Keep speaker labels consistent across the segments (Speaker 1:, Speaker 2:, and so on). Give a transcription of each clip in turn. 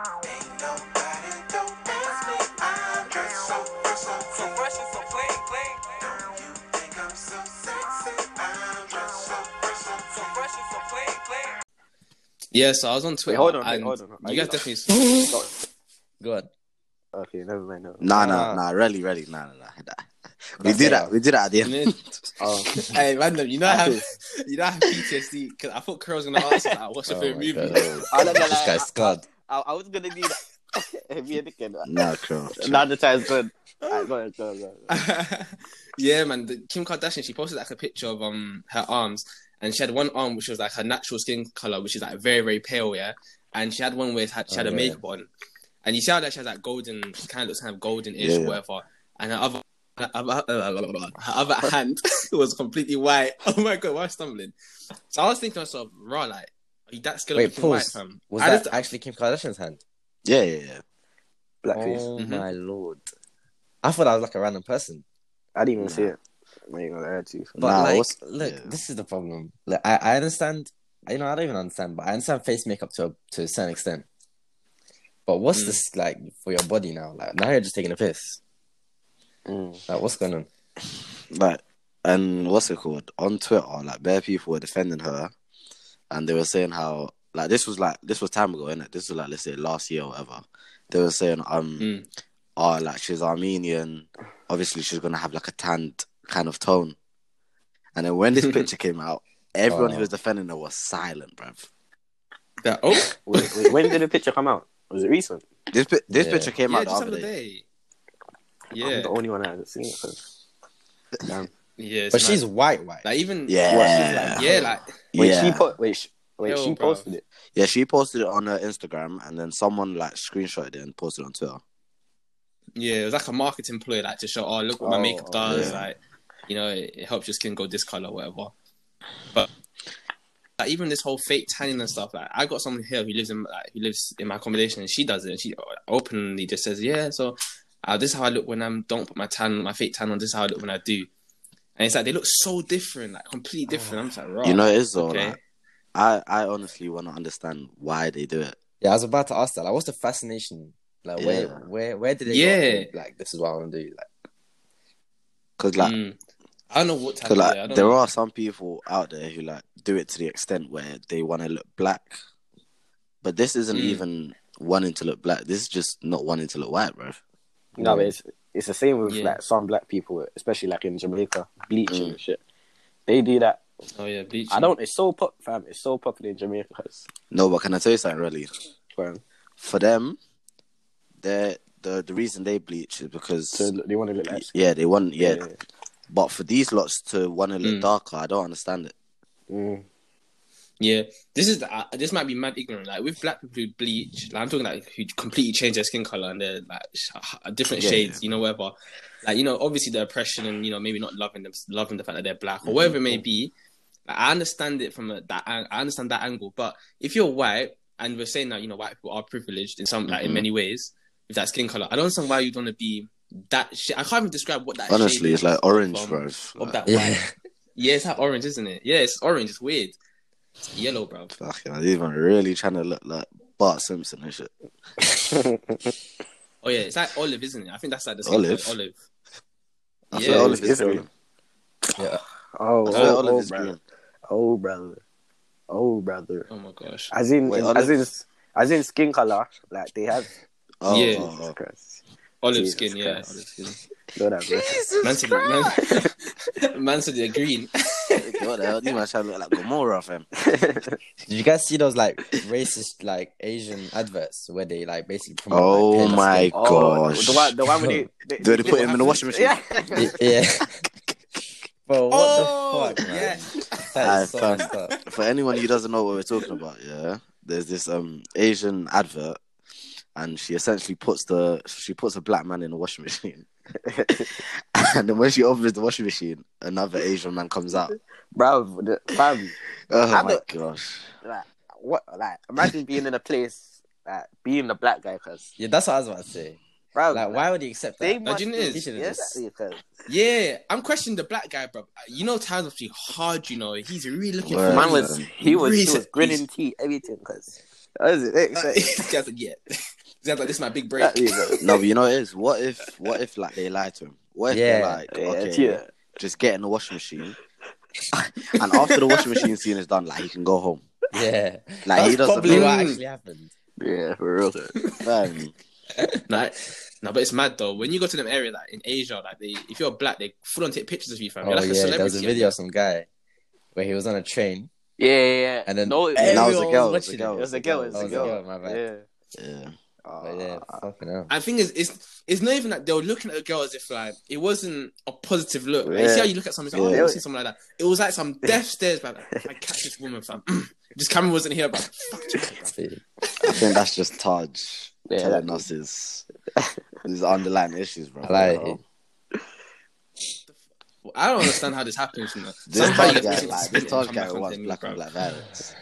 Speaker 1: Ain't nobody don't ask me. I'm just so fresh, so so fresh and so clean, clean. Don't you think I'm so sexy? I'm just so fresh, so so fresh and so clean, clean.
Speaker 2: Yeah, so I was on
Speaker 3: Wait,
Speaker 2: Twitter
Speaker 3: hold on. Wait,
Speaker 2: and
Speaker 3: hold on. Are
Speaker 2: you
Speaker 3: you
Speaker 2: guys
Speaker 3: not?
Speaker 2: definitely
Speaker 3: Sorry.
Speaker 2: go on.
Speaker 3: Okay, never mind. Never mind.
Speaker 4: Nah,
Speaker 2: Nah,
Speaker 4: nah, nah. Really, really, nah, nah, nah. nah. We
Speaker 2: that's
Speaker 4: did
Speaker 2: it.
Speaker 4: that. We did that at the
Speaker 2: You
Speaker 4: end.
Speaker 2: know,
Speaker 3: Oh,
Speaker 2: hey, random. You know I
Speaker 3: I
Speaker 2: have
Speaker 3: feel.
Speaker 2: you know I have PTSD because I thought Carol was gonna ask us, like, what's your
Speaker 4: Oh
Speaker 2: favorite
Speaker 4: my
Speaker 2: movie.
Speaker 4: god, oh,
Speaker 3: I don't know,
Speaker 4: this
Speaker 3: like,
Speaker 4: guy's scarred.
Speaker 3: I, I was gonna do that. Me and the kid.
Speaker 4: Nah, cool.
Speaker 3: Now the time's good. Alright, go ahead, go ahead, go ahead.
Speaker 2: yeah, man. The, Kim Kardashian she posted like a picture of um her arms, and she had one arm which was like her natural skin color, which is like very very pale, yeah. And she had one where she had, she
Speaker 4: Oh,
Speaker 2: had a
Speaker 4: yeah.
Speaker 2: makeup on, and you see how that she has like golden, she kind of looks kind of golden-ish
Speaker 4: Yeah,
Speaker 2: or
Speaker 4: yeah.
Speaker 2: whatever. And her other her other, her other hand was completely white. Oh my god, why am I stumbling? So I was thinking to myself, raw, like, are you that skilled at
Speaker 5: Wait,
Speaker 2: looking white,
Speaker 5: pause.
Speaker 2: fam?
Speaker 5: Was
Speaker 2: I
Speaker 5: that
Speaker 2: just,
Speaker 5: actually Kim Kardashian's hand?
Speaker 4: Yeah, yeah, yeah.
Speaker 3: Blackface.
Speaker 5: Oh
Speaker 2: Mhm.
Speaker 5: my lord! I thought I was like a random person,
Speaker 3: I didn't even see it. I ain't gonna lie to you.
Speaker 5: but
Speaker 4: Nah,
Speaker 5: like,
Speaker 4: what's-
Speaker 5: look,
Speaker 4: yeah.
Speaker 5: this is the problem. Like, I, I understand. You know, I don't even understand, but I understand face makeup to a, to a certain extent. But what's
Speaker 2: Mm.
Speaker 5: this like for your body now? Like now you're just taking a piss.
Speaker 3: Mm.
Speaker 5: Like what's going on?
Speaker 4: Like, and what's it called? On Twitter, like, bare people were defending her, and they were saying how, like, this was like, this was time ago, innit? This was like, let's say last year or whatever. They were saying, um,
Speaker 2: Mm.
Speaker 4: oh, like, she's Armenian. Obviously, she's gonna have like a tanned kind of tone. And then when this picture came out, everyone who
Speaker 5: Oh.
Speaker 4: was defending her was silent, bruv.
Speaker 2: that, oh,
Speaker 3: Wait, wait, when did the picture come out? Was it recent?
Speaker 4: This pi- this
Speaker 5: Yeah.
Speaker 4: picture came
Speaker 2: yeah,
Speaker 4: out the
Speaker 2: just
Speaker 4: other
Speaker 2: have a
Speaker 4: day.
Speaker 2: day.
Speaker 3: I'm
Speaker 2: Yeah,
Speaker 3: the only one that hasn't seen it. 'cause- Damn.
Speaker 2: yeah. it's
Speaker 5: But
Speaker 2: mad.
Speaker 5: she's white, white.
Speaker 2: Like even
Speaker 4: Yeah.
Speaker 2: yeah, like
Speaker 3: Wait,
Speaker 4: yeah.
Speaker 3: she po- wait, sh- wait,
Speaker 2: Yo,
Speaker 3: she
Speaker 2: bro.
Speaker 3: posted it.
Speaker 4: yeah, she posted it on her Instagram and then someone like screenshotted it and posted it on Twitter.
Speaker 2: yeah, it was like a marketing ploy, like to show, oh look what my
Speaker 3: Oh,
Speaker 2: makeup
Speaker 3: oh,
Speaker 2: does,
Speaker 4: yeah.
Speaker 2: like you know, it, it helps your skin go this color, whatever. But like even this whole fake tanning and stuff, like I got someone here who lives in like who lives in my accommodation, and she does it, and she openly just says, yeah, so uh, this is how I look when I'm don't put my tan, my fake tan on. This is how I look when I do, and it's like they look so different, like completely different. I'm just like, right,
Speaker 4: You know it is though.
Speaker 2: okay,
Speaker 4: Like, I I honestly want to understand why they do it.
Speaker 5: Yeah, I was about to ask that. Like, what's the fascination? Like, where,
Speaker 4: Yeah.
Speaker 5: where, where did it?
Speaker 2: Yeah.
Speaker 5: Go? Like, this is what I want to do. Like,
Speaker 4: Cause like,
Speaker 2: Mm. I don't know what
Speaker 4: cause,
Speaker 2: tan.
Speaker 4: like
Speaker 2: yeah, I don't
Speaker 4: there
Speaker 2: know.
Speaker 4: are some people out there who like do it to the extent where they want to look black, but this isn't
Speaker 2: Mm.
Speaker 4: even wanting to look black. This is just not wanting to look white, bro.
Speaker 3: No,
Speaker 5: Yeah.
Speaker 3: but it's it's the same with
Speaker 2: Yeah.
Speaker 3: like some black people, especially like in Jamaica, bleaching and shit. They do that.
Speaker 2: Oh yeah, bleach.
Speaker 3: I don't. It's so pop, fam. It's so popular in Jamaica. it's-
Speaker 4: No, but can I tell you something really?
Speaker 3: Fam.
Speaker 4: For them, they the the reason they bleach is
Speaker 3: So
Speaker 4: because
Speaker 3: they want to look like.
Speaker 4: yeah they want yeah
Speaker 3: Yeah.
Speaker 4: But for these lots to want to look
Speaker 2: Mm.
Speaker 4: darker, I don't understand it.
Speaker 3: Mm.
Speaker 2: Yeah, this is uh, this might be mad ignorant. Like with black people who bleach, like I'm talking like who completely change their skin color and they're like sh- h- uh, different
Speaker 4: Yeah,
Speaker 2: shades, you know, whatever. Like you know, obviously the oppression and you know maybe not loving them, loving the fact that they're black
Speaker 4: Mm-hmm.
Speaker 2: or whatever it may be. Like, I understand it from a, that an- I understand that angle, but if you're white and we're saying that you know white people are privileged in some like in
Speaker 4: Mhm.
Speaker 2: many ways with that skin color, I don't understand why you'd want to be that. Sh- I can't even describe what that.
Speaker 4: Honestly,
Speaker 2: shade
Speaker 4: it's like orange,
Speaker 2: from-
Speaker 4: bro.
Speaker 2: of
Speaker 4: Like,
Speaker 2: that
Speaker 5: yeah,
Speaker 2: white. Yeah, it's like orange, isn't it? Yeah, it's orange. It's weird. It's yellow, bro.
Speaker 4: fucking, I'm even really trying to look like Bart Simpson and shit.
Speaker 2: Oh yeah, it's like olive, isn't it? I think that's like the
Speaker 4: Olive?
Speaker 2: skin olive.
Speaker 4: I
Speaker 2: Yeah,
Speaker 4: swear olive
Speaker 3: it's
Speaker 4: is green.
Speaker 3: green.
Speaker 5: yeah.
Speaker 3: oh,
Speaker 4: I swear
Speaker 3: oh,
Speaker 4: olive
Speaker 3: oh,
Speaker 4: is
Speaker 3: brother.
Speaker 4: green.
Speaker 3: oh, brother. Oh, brother.
Speaker 2: Oh my gosh.
Speaker 3: As in,
Speaker 4: Wait,
Speaker 3: as
Speaker 4: olive-
Speaker 3: in, as in skin color. Like they have.
Speaker 4: Oh,
Speaker 2: Yeah.
Speaker 4: oh, oh.
Speaker 3: Christ.
Speaker 2: Olive
Speaker 3: Jesus
Speaker 2: skin, yeah.
Speaker 3: Christ.
Speaker 2: Olive skin.
Speaker 3: Lord have mercy.
Speaker 2: Man said, man, man said they're green.
Speaker 4: Okay, oh. what the hell? You might try to look like Gomorrah, fam.
Speaker 5: Did you guys see those like racist like Asian adverts where they like basically promote?
Speaker 4: Oh
Speaker 5: like, paler
Speaker 4: my
Speaker 5: skin?
Speaker 3: Oh,
Speaker 4: gosh.
Speaker 3: the one, the one when they, they,
Speaker 4: Do they put him in the
Speaker 2: happened?
Speaker 4: washing machine?
Speaker 3: Yeah.
Speaker 5: Y- Yeah. Bro, what the fuck, man?
Speaker 2: Oh, yeah.
Speaker 5: That is
Speaker 4: I
Speaker 5: so
Speaker 4: found-
Speaker 5: messed up.
Speaker 4: For anyone who doesn't know what we're talking about, yeah, there's this um Asian advert, and she essentially puts the she puts a black man in a washing machine, and then when she opens the washing machine, another Asian man comes out.
Speaker 3: Bro, the, fam,
Speaker 4: Oh
Speaker 3: I
Speaker 4: my
Speaker 3: don't-
Speaker 4: gosh.
Speaker 3: like, what, like, imagine being in a place, like, being the black guy, cause,
Speaker 5: Yeah, that's what I was about to say.
Speaker 3: bro,
Speaker 5: Like, why would he accept
Speaker 3: they
Speaker 5: that?
Speaker 3: must
Speaker 2: Imagine
Speaker 3: be,
Speaker 2: it is.
Speaker 5: He should've
Speaker 3: yeah,
Speaker 5: just-
Speaker 3: exactly, cause,
Speaker 2: Yeah, I'm questioning the black guy, bro. You know, times must be hard. You know, he's really looking
Speaker 4: Word.
Speaker 2: for
Speaker 3: man
Speaker 2: money.
Speaker 3: was, he was, he
Speaker 2: Reason-
Speaker 3: was grinning teeth, everything, cause, That was it.
Speaker 2: Uh,
Speaker 3: Exactly.
Speaker 2: Jazz like, yeah. Jazz like, this is my big break.
Speaker 3: That is it.
Speaker 4: No, but you know what it is. What if what if like they lie to him? What if they're
Speaker 5: Yeah.
Speaker 4: like,
Speaker 3: Yeah, it's
Speaker 4: okay,
Speaker 3: you.
Speaker 4: just get in the washing machine, and after the washing machine scene is done, like he can go home.
Speaker 5: Yeah,
Speaker 4: Like he
Speaker 5: that's
Speaker 4: doesn't.
Speaker 5: probably
Speaker 4: know.
Speaker 5: what
Speaker 2: Mm.
Speaker 5: actually happened.
Speaker 3: Yeah, for real.
Speaker 4: Man,
Speaker 2: Nah, nah, but it's mad though. When you go to them area, like in Asia, like they, if you're black, they full on take pictures of you, fam.
Speaker 5: Oh
Speaker 2: You're like a
Speaker 5: yeah,
Speaker 2: celebrity.
Speaker 5: there was a video of some guy where he was on a train.
Speaker 3: Yeah, yeah, yeah.
Speaker 5: And then-
Speaker 3: no, it
Speaker 4: And
Speaker 3: was,
Speaker 4: that was a
Speaker 5: Everyone
Speaker 4: girl.
Speaker 5: was
Speaker 4: It was a
Speaker 5: watching
Speaker 4: girl.
Speaker 5: it.
Speaker 3: it was a girl. It was a
Speaker 5: That
Speaker 3: Ah.
Speaker 5: was a girl,
Speaker 3: girl.
Speaker 5: my bad.
Speaker 3: Yeah.
Speaker 4: Yeah.
Speaker 5: But yeah,
Speaker 2: Ah.
Speaker 5: fucking hell.
Speaker 2: And the thing is, it's it's not even that they were looking at a girl as if like it wasn't a positive look. Like, you see
Speaker 3: Yeah.
Speaker 2: how you look at something, it's like,
Speaker 4: Yeah.
Speaker 2: oh, I see someone like that. It was like some death stares, man. Like, I catch this woman, fam. Just Cameron wasn't here, but
Speaker 4: I think that's just Taj
Speaker 3: Yeah,
Speaker 4: telling
Speaker 3: that-
Speaker 4: us his his underlying issues, bro.
Speaker 5: I like
Speaker 4: Bro.
Speaker 5: it.
Speaker 2: I don't understand how this happens. You know,
Speaker 4: This
Speaker 2: Somehow you get
Speaker 4: Taj guy,
Speaker 2: permission to
Speaker 4: like,
Speaker 2: spin it
Speaker 4: this
Speaker 2: and
Speaker 4: Taj
Speaker 2: come
Speaker 4: guy
Speaker 2: back onto
Speaker 4: wants
Speaker 2: him,
Speaker 4: black
Speaker 2: bro.
Speaker 4: and black violence.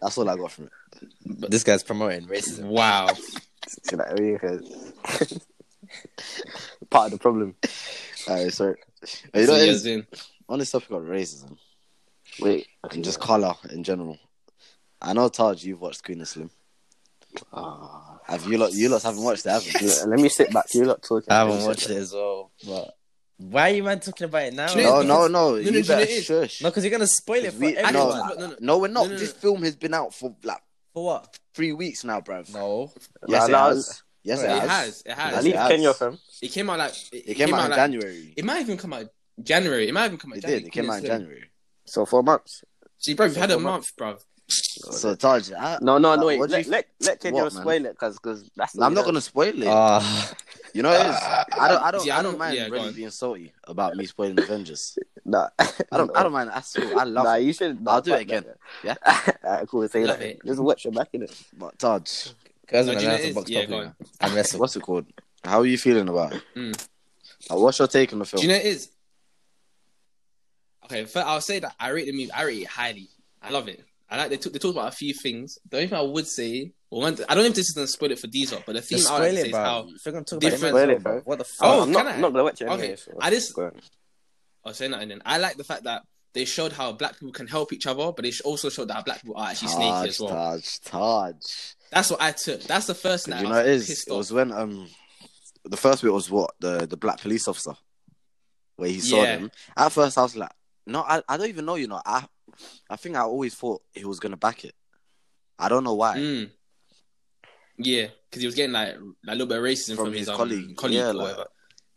Speaker 4: That's all I got from it.
Speaker 5: But this guy's promoting racism.
Speaker 2: Wow.
Speaker 3: You know what I mean? 'Cause- Part of the problem.
Speaker 4: All right, so you
Speaker 2: You
Speaker 4: know,
Speaker 2: know,
Speaker 4: what it
Speaker 2: years
Speaker 4: is?
Speaker 2: in.
Speaker 4: on this topic of racism
Speaker 3: Wait,
Speaker 4: and just color in general. I know Taj, you've watched Queen of Slim.
Speaker 3: Ah.
Speaker 4: Have you lot? You lot haven't watched it, have you?
Speaker 3: Let let me sit back. You lot talking.
Speaker 5: I haven't watched it as well. But why are you man talking about it now?
Speaker 2: Do you know-
Speaker 4: No, no, no.
Speaker 2: no,
Speaker 4: You
Speaker 2: no, do you know
Speaker 4: better
Speaker 2: it is?
Speaker 4: shush.
Speaker 5: No, because you're gonna spoil it for
Speaker 4: We-
Speaker 5: everyone.
Speaker 4: no,
Speaker 2: Actually,
Speaker 4: like-
Speaker 2: no, no.
Speaker 4: No, we're not.
Speaker 2: No, no, no.
Speaker 4: This film has been out for like
Speaker 5: For what?
Speaker 4: three weeks now, bruv.
Speaker 5: No.
Speaker 4: Yes,
Speaker 3: Nah, nah,
Speaker 4: it has. Yes, it,
Speaker 5: it
Speaker 2: It
Speaker 4: has.
Speaker 2: has. It
Speaker 4: I
Speaker 3: I
Speaker 2: has.
Speaker 4: leave
Speaker 3: leave
Speaker 4: Yes,
Speaker 3: Kenya
Speaker 4: it Kenya,
Speaker 3: from.
Speaker 2: It came out like it,
Speaker 4: It came, out, in
Speaker 2: like,
Speaker 4: January. It,
Speaker 2: It might even come out January. It might even come out. January.
Speaker 4: did. It came out in January.
Speaker 3: So four months.
Speaker 2: See, bro, you've had
Speaker 3: So
Speaker 2: a
Speaker 3: much.
Speaker 2: month, bro.
Speaker 4: So Taj, I,
Speaker 3: No, no, no.
Speaker 4: Uh,
Speaker 3: Wait.
Speaker 4: what do
Speaker 3: Let,
Speaker 4: you-
Speaker 3: let let Kenya
Speaker 4: What, man?
Speaker 3: spoil it, cause cause that's.
Speaker 4: I'm not gonna spoil it.
Speaker 5: Ah,
Speaker 4: you know, what it is. I don't. I don't.
Speaker 2: Yeah,
Speaker 4: I don't
Speaker 2: I
Speaker 4: mind
Speaker 2: yeah, go
Speaker 4: really
Speaker 2: on.
Speaker 4: being salty about me spoiling Avengers.
Speaker 3: Nah.
Speaker 4: I don't. I don't mind. at all. I love.
Speaker 3: Nah,
Speaker 4: it.
Speaker 3: you should. nah,
Speaker 4: I'll do it
Speaker 3: fuck that.
Speaker 4: again. Yeah?
Speaker 3: Alright, cool. Say
Speaker 2: Love
Speaker 3: that.
Speaker 2: it.
Speaker 3: Just watch your back in it.
Speaker 4: But Taj,
Speaker 2: No,
Speaker 5: guys, when
Speaker 2: do you
Speaker 5: I
Speaker 2: know it
Speaker 5: announced the
Speaker 2: is?
Speaker 5: box
Speaker 2: Yeah, go
Speaker 5: topic, I'm wrestled.
Speaker 4: what's it called? How are you feeling about it?
Speaker 2: Mm.
Speaker 4: Like, what's your take on the
Speaker 2: Do
Speaker 4: film?
Speaker 2: you know it is? Okay, fir- I'll say that I rate the movie. I rate it highly. I love it. I like they took they talked about a few things. The only thing I would say, well, one, I don't know if this is gonna spoil it for these lot, but the theme
Speaker 5: Just
Speaker 2: I would
Speaker 5: spoil
Speaker 2: say
Speaker 5: it,
Speaker 2: is
Speaker 5: bro.
Speaker 2: how
Speaker 5: If you're gonna talk
Speaker 2: different-
Speaker 5: about it,
Speaker 3: Spoil
Speaker 5: man,
Speaker 3: it, bro.
Speaker 5: what the fuck?
Speaker 2: Oh,
Speaker 3: I'm
Speaker 2: can
Speaker 3: not
Speaker 2: I?
Speaker 3: not gonna watch it anyway.
Speaker 2: Okay,
Speaker 3: so-
Speaker 2: I just
Speaker 3: Go on.
Speaker 2: I'll say nothing. Then I like the fact that they showed how black people can help each other, but they sh- also showed that black people are actually sneaky
Speaker 4: Taj,
Speaker 2: as well.
Speaker 4: Taj, Taj.
Speaker 2: That's what I took. That's the first thing.
Speaker 4: Did you
Speaker 2: I
Speaker 4: know it
Speaker 2: was
Speaker 4: is?
Speaker 2: pissed
Speaker 4: It
Speaker 2: off.
Speaker 4: was when um, the first bit was what the the black police officer, where he saw
Speaker 2: Yeah.
Speaker 4: them. At first, I was like, no, I, I don't even know. You know, I I think I always thought he was gonna back it. I don't know why.
Speaker 2: Mm. Yeah, because he was getting like a little bit of racism
Speaker 4: From
Speaker 2: from,
Speaker 4: his
Speaker 2: his, um,
Speaker 4: colleague.
Speaker 2: colleague,
Speaker 4: Yeah,
Speaker 2: or
Speaker 4: like-
Speaker 2: whatever.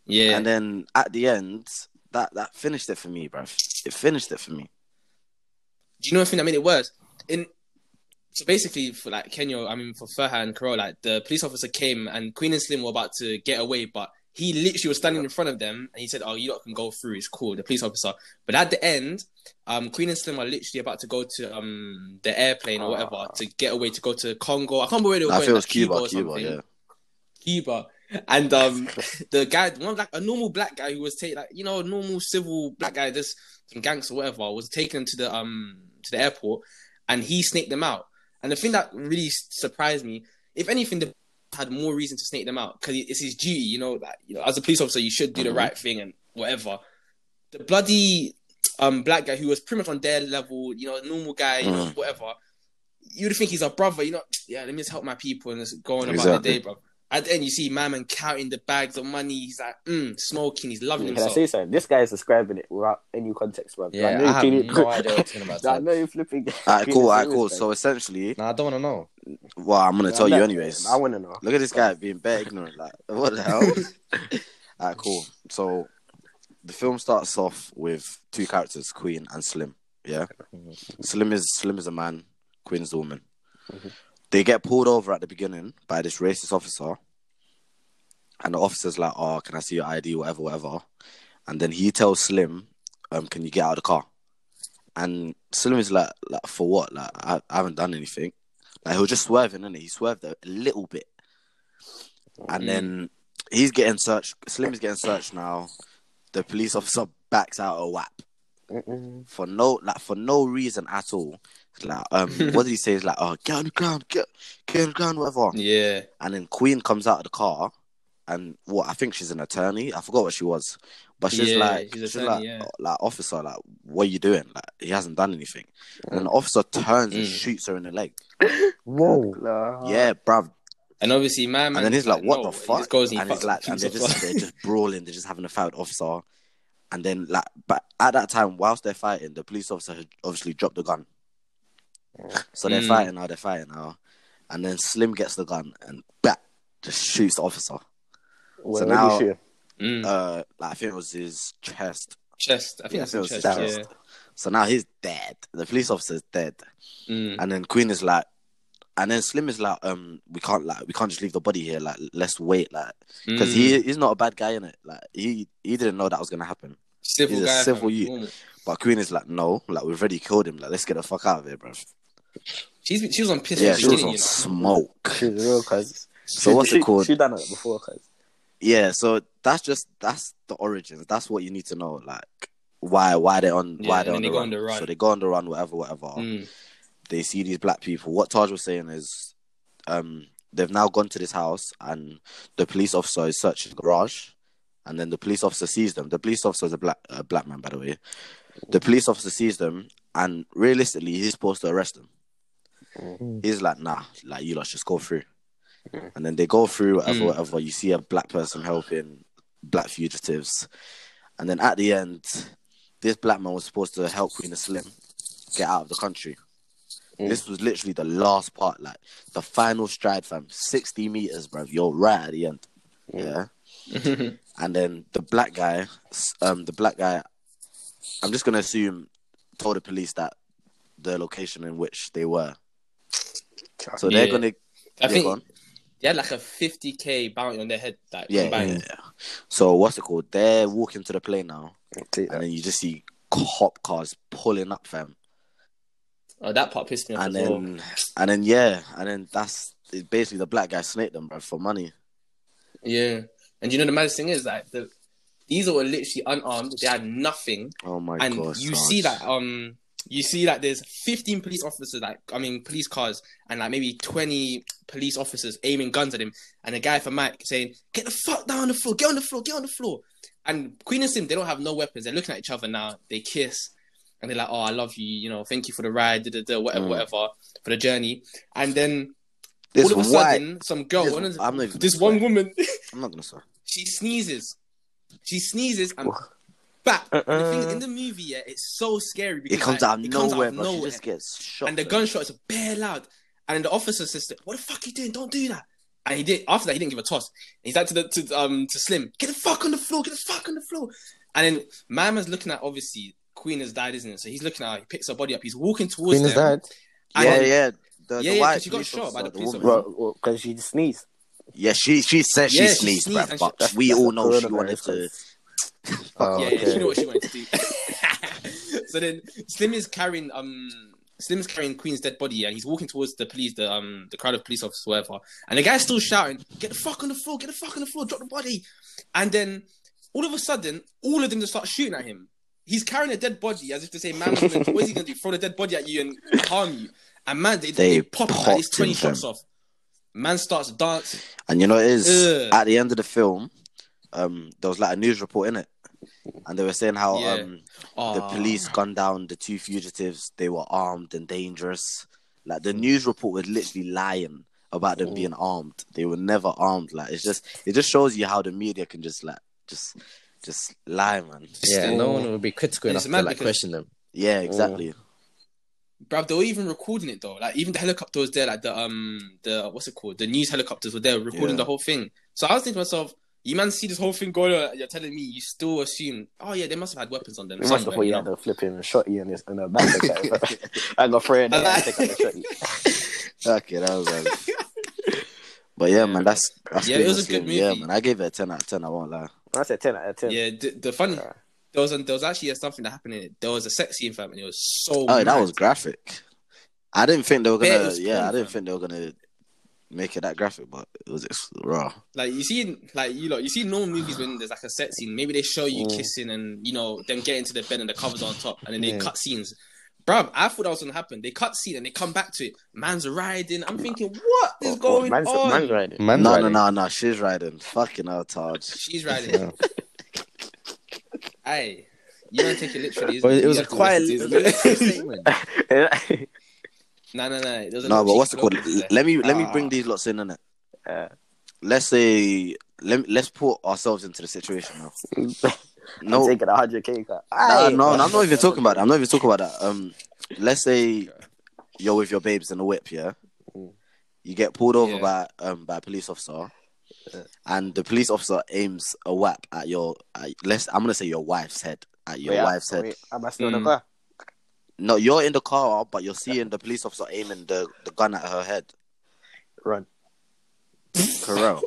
Speaker 2: Yeah,
Speaker 4: And then at the end, that that finished it for me, bruv. It finished it for me.
Speaker 2: do you know the thing that made it worse? In so basically for like Kenya, I mean for Ferhan and Carol, like the police officer came and Queen and Slim were about to get away, but he literally was standing in front of them and he said, "Oh, you lot can go through. It's cool." The police officer, but at the end, um, Queen and Slim are literally about to go to um the airplane or whatever
Speaker 3: Ah.
Speaker 2: to get away to go to Congo. I can't remember where they were
Speaker 4: I
Speaker 2: going.
Speaker 4: feel it was
Speaker 2: like Cuba,
Speaker 4: Cuba,
Speaker 2: or
Speaker 4: Cuba,
Speaker 2: something.
Speaker 4: yeah.
Speaker 2: Cuba. And um, the guy, one like a normal black guy who was taking, like you know, a normal civil black guy, just some gangs or whatever, was taken to the um to the airport, and he snaked them out. And the thing that really s- surprised me, if anything, the had more reason to snake them out because it's his duty, you know. Like you know, as a police officer, you should do
Speaker 4: Mhm.
Speaker 2: the right thing and whatever. The bloody um black guy who was pretty much on their level, you know, a normal guy, you know,
Speaker 4: Mhm.
Speaker 2: whatever. You'd think he's a brother, you know. Yeah, let me just help my people and just go on about
Speaker 4: Exactly.
Speaker 2: the day, bro. At the end, you see my man counting the bags of money. He's like, mm, smoking. He's loving
Speaker 3: Can I
Speaker 2: himself.
Speaker 3: say something? This guy is describing it without any context, bro.
Speaker 5: Yeah,
Speaker 3: you're
Speaker 5: I have
Speaker 3: kidding-
Speaker 5: no idea what you're talking about.
Speaker 3: I know
Speaker 5: Todd.
Speaker 3: you're flipping.
Speaker 4: All right, cool, all right,
Speaker 3: Serious,
Speaker 4: cool.
Speaker 3: bro.
Speaker 4: So essentially,
Speaker 5: Nah, I don't want to know.
Speaker 4: well, I'm gonna
Speaker 3: Nah,
Speaker 4: tell you
Speaker 3: look,
Speaker 4: anyways.
Speaker 3: I want to know.
Speaker 4: Look at this guy being bare ignorant. Like, what the hell? All right, cool. So, the film starts off with two characters, Queen and Slim. Yeah, Slim is Slim is a man, Queen's a woman. They get pulled over at the beginning by this racist officer, and the officer's like, "Oh, can I see your ID? Whatever, whatever." And then he tells Slim, um, "Can you get out of the car?" And Slim is like, "Like for what? Like I, I haven't done anything." Like he was just swerving, innit? He swerved a little bit, and
Speaker 2: Mm.
Speaker 4: then he's getting searched. Slim is getting searched now. The police officer backs out a whap
Speaker 3: Mm-mm.
Speaker 4: for no like for no reason at all. Like um, what did he say? He's like, "Oh, get on the ground, get get on the ground, whatever."
Speaker 2: Yeah,
Speaker 4: And then Queen comes out of the car and what I think she's an attorney. I forgot what she was, but she's
Speaker 2: Yeah,
Speaker 4: like,
Speaker 2: she's
Speaker 4: she's,
Speaker 2: attorney,
Speaker 4: like,
Speaker 2: yeah.
Speaker 4: like officer, like what are you doing? Like he hasn't done anything, and then the officer turns and
Speaker 2: Mm.
Speaker 4: shoots her in the leg.
Speaker 5: Whoa.
Speaker 3: Nah.
Speaker 4: yeah, bruv.
Speaker 2: And obviously, my man.
Speaker 4: And then he's like, what
Speaker 2: no,
Speaker 4: the
Speaker 2: he
Speaker 4: fuck?
Speaker 2: Just goes and he
Speaker 4: and it's
Speaker 2: fucking
Speaker 4: like, and
Speaker 2: shoots
Speaker 4: they're
Speaker 2: off.
Speaker 4: just, they're just brawling. They're just having a fight with the officer. And then, like, but at that time, whilst they're fighting, the police officer had obviously dropped the gun. So they're
Speaker 2: Mm.
Speaker 4: fighting now, they're fighting now. And then Slim gets the gun and bat just shoots the officer.
Speaker 3: Where
Speaker 4: So
Speaker 3: did he
Speaker 4: now-
Speaker 3: shoot him?
Speaker 2: Mm.
Speaker 4: Uh, like, I think it was his chest.
Speaker 2: chest. I think
Speaker 4: yeah,
Speaker 2: that's in
Speaker 4: it was
Speaker 2: chest.
Speaker 4: chest.
Speaker 2: Yeah.
Speaker 4: So now he's dead. The police officer's dead.
Speaker 2: Mm.
Speaker 4: And then Queen is like, and then Slim is like, um, we can't like we can't just leave the body here. Like, let's wait. Like,
Speaker 2: mm.
Speaker 4: because he he's not a bad guy in it. Like, he he didn't know that was gonna happen.
Speaker 2: civil
Speaker 4: he's a
Speaker 2: guy,
Speaker 4: civil
Speaker 2: fam.
Speaker 4: youth.
Speaker 2: Normal.
Speaker 4: But Queen is like, no, like we've already killed him. Like, let's get the fuck out of here, bro.
Speaker 2: She's she was on piss.
Speaker 4: Yeah,
Speaker 2: from
Speaker 4: she
Speaker 2: the
Speaker 4: was
Speaker 2: beginning,
Speaker 4: on smoke.
Speaker 3: She's real, cause
Speaker 4: So what's
Speaker 3: she,
Speaker 4: it called?
Speaker 3: She done it before, cause
Speaker 4: Yeah, so that's just that's the origins. That's what you need to know. Like, why why they're on
Speaker 2: Yeah,
Speaker 4: why
Speaker 2: and
Speaker 4: they're
Speaker 2: then
Speaker 4: on
Speaker 2: they
Speaker 4: the,
Speaker 2: go
Speaker 4: run.
Speaker 2: on the run.
Speaker 4: So they go on the run, whatever, whatever.
Speaker 2: you know? Mm.
Speaker 4: They see these black people. What Taj was saying is, um, they've now gone to this house and the police officer is searching the garage, and then the police officer sees them. The police officer is a black a black man, by the way. The police officer sees them, and realistically, he's supposed to arrest them. He's like, nah, like you lot just go through. And then they go through whatever,
Speaker 2: Mm.
Speaker 4: whatever. You see a black person helping black fugitives. And then at the end, this black man was supposed to help Queen of Slim get out of the country.
Speaker 5: Mm.
Speaker 4: This was literally the last part, like the final stride, fam. 60 meters, bruv. You're right at the end. Yeah. And then the black guy, um, the black guy, I'm just gonna assume, told the police that the location in which they were. So they're
Speaker 2: Yeah.
Speaker 4: gonna.
Speaker 2: I
Speaker 4: yeah,
Speaker 2: think
Speaker 4: go on.
Speaker 2: they had like a 50k bounty on their head. Like,
Speaker 4: Yeah,
Speaker 2: combined.
Speaker 4: yeah, yeah. So what's it called? They're walking to the plane now,
Speaker 3: take
Speaker 4: and
Speaker 3: that.
Speaker 4: then you just see cop cars pulling up, fam.
Speaker 2: Oh, that part pissed me off.
Speaker 4: And
Speaker 2: as
Speaker 4: then,
Speaker 2: well.
Speaker 4: and then, yeah, and then that's it, basically the black guy snaked them, bro, for money.
Speaker 2: Yeah. And you know the maddest thing is like the these were literally unarmed. They had nothing.
Speaker 4: Oh my
Speaker 2: and
Speaker 4: god!
Speaker 2: you
Speaker 4: Sarge.
Speaker 2: see that um you see that there's 15 police officers like I mean police cars and like maybe 20 police officers aiming guns at him and the guy from Mike saying get the fuck down on the floor get on the floor get on the floor and Queen and Sim they don't have no weapons they're looking at each other now they kiss and they're like oh I love you you know thank you for the ride da, da, da, whatever
Speaker 4: Mm.
Speaker 2: whatever for the journey and then
Speaker 4: This
Speaker 2: all of a
Speaker 4: white-
Speaker 2: sudden some girl
Speaker 4: this-
Speaker 2: one of-
Speaker 4: I'm not even
Speaker 2: this
Speaker 4: gonna
Speaker 2: one
Speaker 4: swear.
Speaker 2: woman
Speaker 4: I'm not gonna swear.
Speaker 2: she sneezes. She sneezes and back. The thing in the movie, yeah, it's so scary because
Speaker 4: Uh-uh. It comes
Speaker 2: like,
Speaker 4: out of
Speaker 2: it comes
Speaker 4: nowhere,
Speaker 2: of
Speaker 4: bro. She
Speaker 2: nowhere.
Speaker 4: just gets shot.
Speaker 2: and the
Speaker 4: bruv.
Speaker 2: gunshot is bare loud. And the officer says, to- "What the fuck you doing? Don't do that." And he did. After that, he didn't give a toss. He's like to the to um to Slim, "Get the fuck on the floor! Get the fuck on the floor!" And then Mama's looking at obviously Queen has died, isn't it? So he's looking at her. He picks her body up. He's walking towards
Speaker 5: Queen
Speaker 2: them.
Speaker 5: is dead.
Speaker 2: And
Speaker 4: Yeah, yeah. The,
Speaker 2: Yeah,
Speaker 4: the
Speaker 2: yeah,
Speaker 4: white
Speaker 2: 'cause she got
Speaker 4: police
Speaker 2: shot by
Speaker 4: officer,
Speaker 2: the
Speaker 4: the
Speaker 2: police
Speaker 4: woman.
Speaker 3: Well, well, cause she sneezed.
Speaker 4: Yeah, she she said she
Speaker 2: Yeah, she
Speaker 4: sneezed,
Speaker 2: sneezed
Speaker 4: bruv,
Speaker 2: and she-
Speaker 4: but we all
Speaker 3: That's
Speaker 4: know she
Speaker 3: coronavirus,
Speaker 4: wanted to.
Speaker 3: 'cause-
Speaker 5: Oh,
Speaker 2: yeah,
Speaker 5: okay.
Speaker 2: she knew what she wanted to do. so then Slim is carrying um Slim is carrying Queen's dead body and he's walking towards the police, the um the crowd of police officers, whatever. And the guy's still shouting, "Get the fuck on the floor! Get the fuck on the floor! Drop the body!" And then all of a sudden, all of them just start shooting at him. He's carrying a dead body as if to say, "Man, what's gonna- what is he gonna do? Throw the dead body at you and harm you?" And man, they, they,
Speaker 4: They
Speaker 2: pop
Speaker 4: popped
Speaker 2: at least twenty
Speaker 4: him, fam.
Speaker 2: shots off. Man starts dancing.
Speaker 4: And you know what it is
Speaker 2: Ugh.
Speaker 4: at the end of the film, um, there was like a news report in it, and they were saying how
Speaker 2: Yeah.
Speaker 4: um the
Speaker 2: Oh.
Speaker 4: police gunned down the two fugitives. They were armed and dangerous. Like
Speaker 2: Hmm.
Speaker 4: the news report was literally lying about
Speaker 2: Oh.
Speaker 4: them being armed. They were never armed. Like it's just it just shows you how the media can just like just just lie, man.
Speaker 5: Yeah,
Speaker 2: Still-
Speaker 5: no one would be critical
Speaker 2: It's
Speaker 5: enough to
Speaker 2: mad
Speaker 5: like
Speaker 2: because-
Speaker 5: question them.
Speaker 2: Oh.
Speaker 4: Yeah, exactly.
Speaker 2: bruv, they were even recording it though. Like even the helicopter was there, like the um the what's it called? The news helicopters were there recording
Speaker 4: Yeah.
Speaker 2: the whole thing. So I was thinking to myself, you man see this whole thing going on, you're telling me you still assume, oh yeah, they must have had weapons on them.
Speaker 3: You must have
Speaker 2: somewhere,
Speaker 3: thought you
Speaker 2: you
Speaker 3: had
Speaker 2: know?
Speaker 3: to flip him and shot you in his in the back. or something. I got friend
Speaker 2: I
Speaker 3: and I
Speaker 2: like-
Speaker 3: think I shot you.
Speaker 4: Okay, that was. Um... but yeah, man, that's that's
Speaker 2: Yeah,
Speaker 4: good
Speaker 2: it was a
Speaker 4: Muslim.
Speaker 2: good
Speaker 4: Yeah,
Speaker 2: movie. Oh,
Speaker 4: man, I gave it a ten out of ten. I won't lie.
Speaker 3: That's a ten out of ten. Uh,
Speaker 2: Yeah, the, the funny
Speaker 3: Yeah.
Speaker 2: there was there was actually something that happened in it. There was a sex scene, fam, and it was so.
Speaker 4: Oh, that
Speaker 2: mad.
Speaker 4: was graphic. I didn't think they were
Speaker 2: Yeah, it
Speaker 4: gonna.
Speaker 2: was
Speaker 4: Yeah,
Speaker 2: cool,
Speaker 4: I didn't
Speaker 2: fam.
Speaker 4: think they were gonna make it that graphic, but it was just raw.
Speaker 2: like you see, in- like you know, you see normal movies when there's like a sex scene. Maybe they show you kissing and you know them getting to the bed and the covers on top, and then they
Speaker 5: Yeah.
Speaker 2: cut scenes. Bruv, I thought that was gonna happen. They cut scene and they come back to it. Man's riding. I'm thinking, what is going
Speaker 3: man's,
Speaker 2: on?
Speaker 3: man's riding.
Speaker 5: Man,
Speaker 4: No, no, no, no. She's riding. Fucking hell, Taj.
Speaker 2: She's riding. Hey, you don't take it literally.
Speaker 5: But it was a quiet
Speaker 2: statement.
Speaker 3: yeah,
Speaker 2: No, no, no. It was a
Speaker 4: No,
Speaker 2: little
Speaker 4: but what's it
Speaker 2: cheeky
Speaker 4: called?
Speaker 2: little bit there.
Speaker 4: Let me let me
Speaker 3: Ah.
Speaker 4: bring these lots in, innit? Let's say let let's put ourselves into the situation now.
Speaker 3: no.
Speaker 4: No,
Speaker 3: I'm taking a hundred k cut. Ah,
Speaker 4: Nah,
Speaker 3: Aye.
Speaker 4: no, no, I'm not even talking about that. I'm not even talking about that. Um, let's say you're with your babes in a whip, yeah.
Speaker 5: Mm.
Speaker 4: You get pulled over
Speaker 2: Yeah.
Speaker 4: by um by a police officer, and the police officer aims a whap at your at, let's I'm gonna say your wife's head at your
Speaker 3: Wait,
Speaker 4: wife's head.
Speaker 3: Wait, am I still in
Speaker 2: Mm.
Speaker 3: the car?
Speaker 4: No, you're in the car, but you're seeing the police officer aiming the, the gun at her head.
Speaker 3: Run.
Speaker 4: Correct.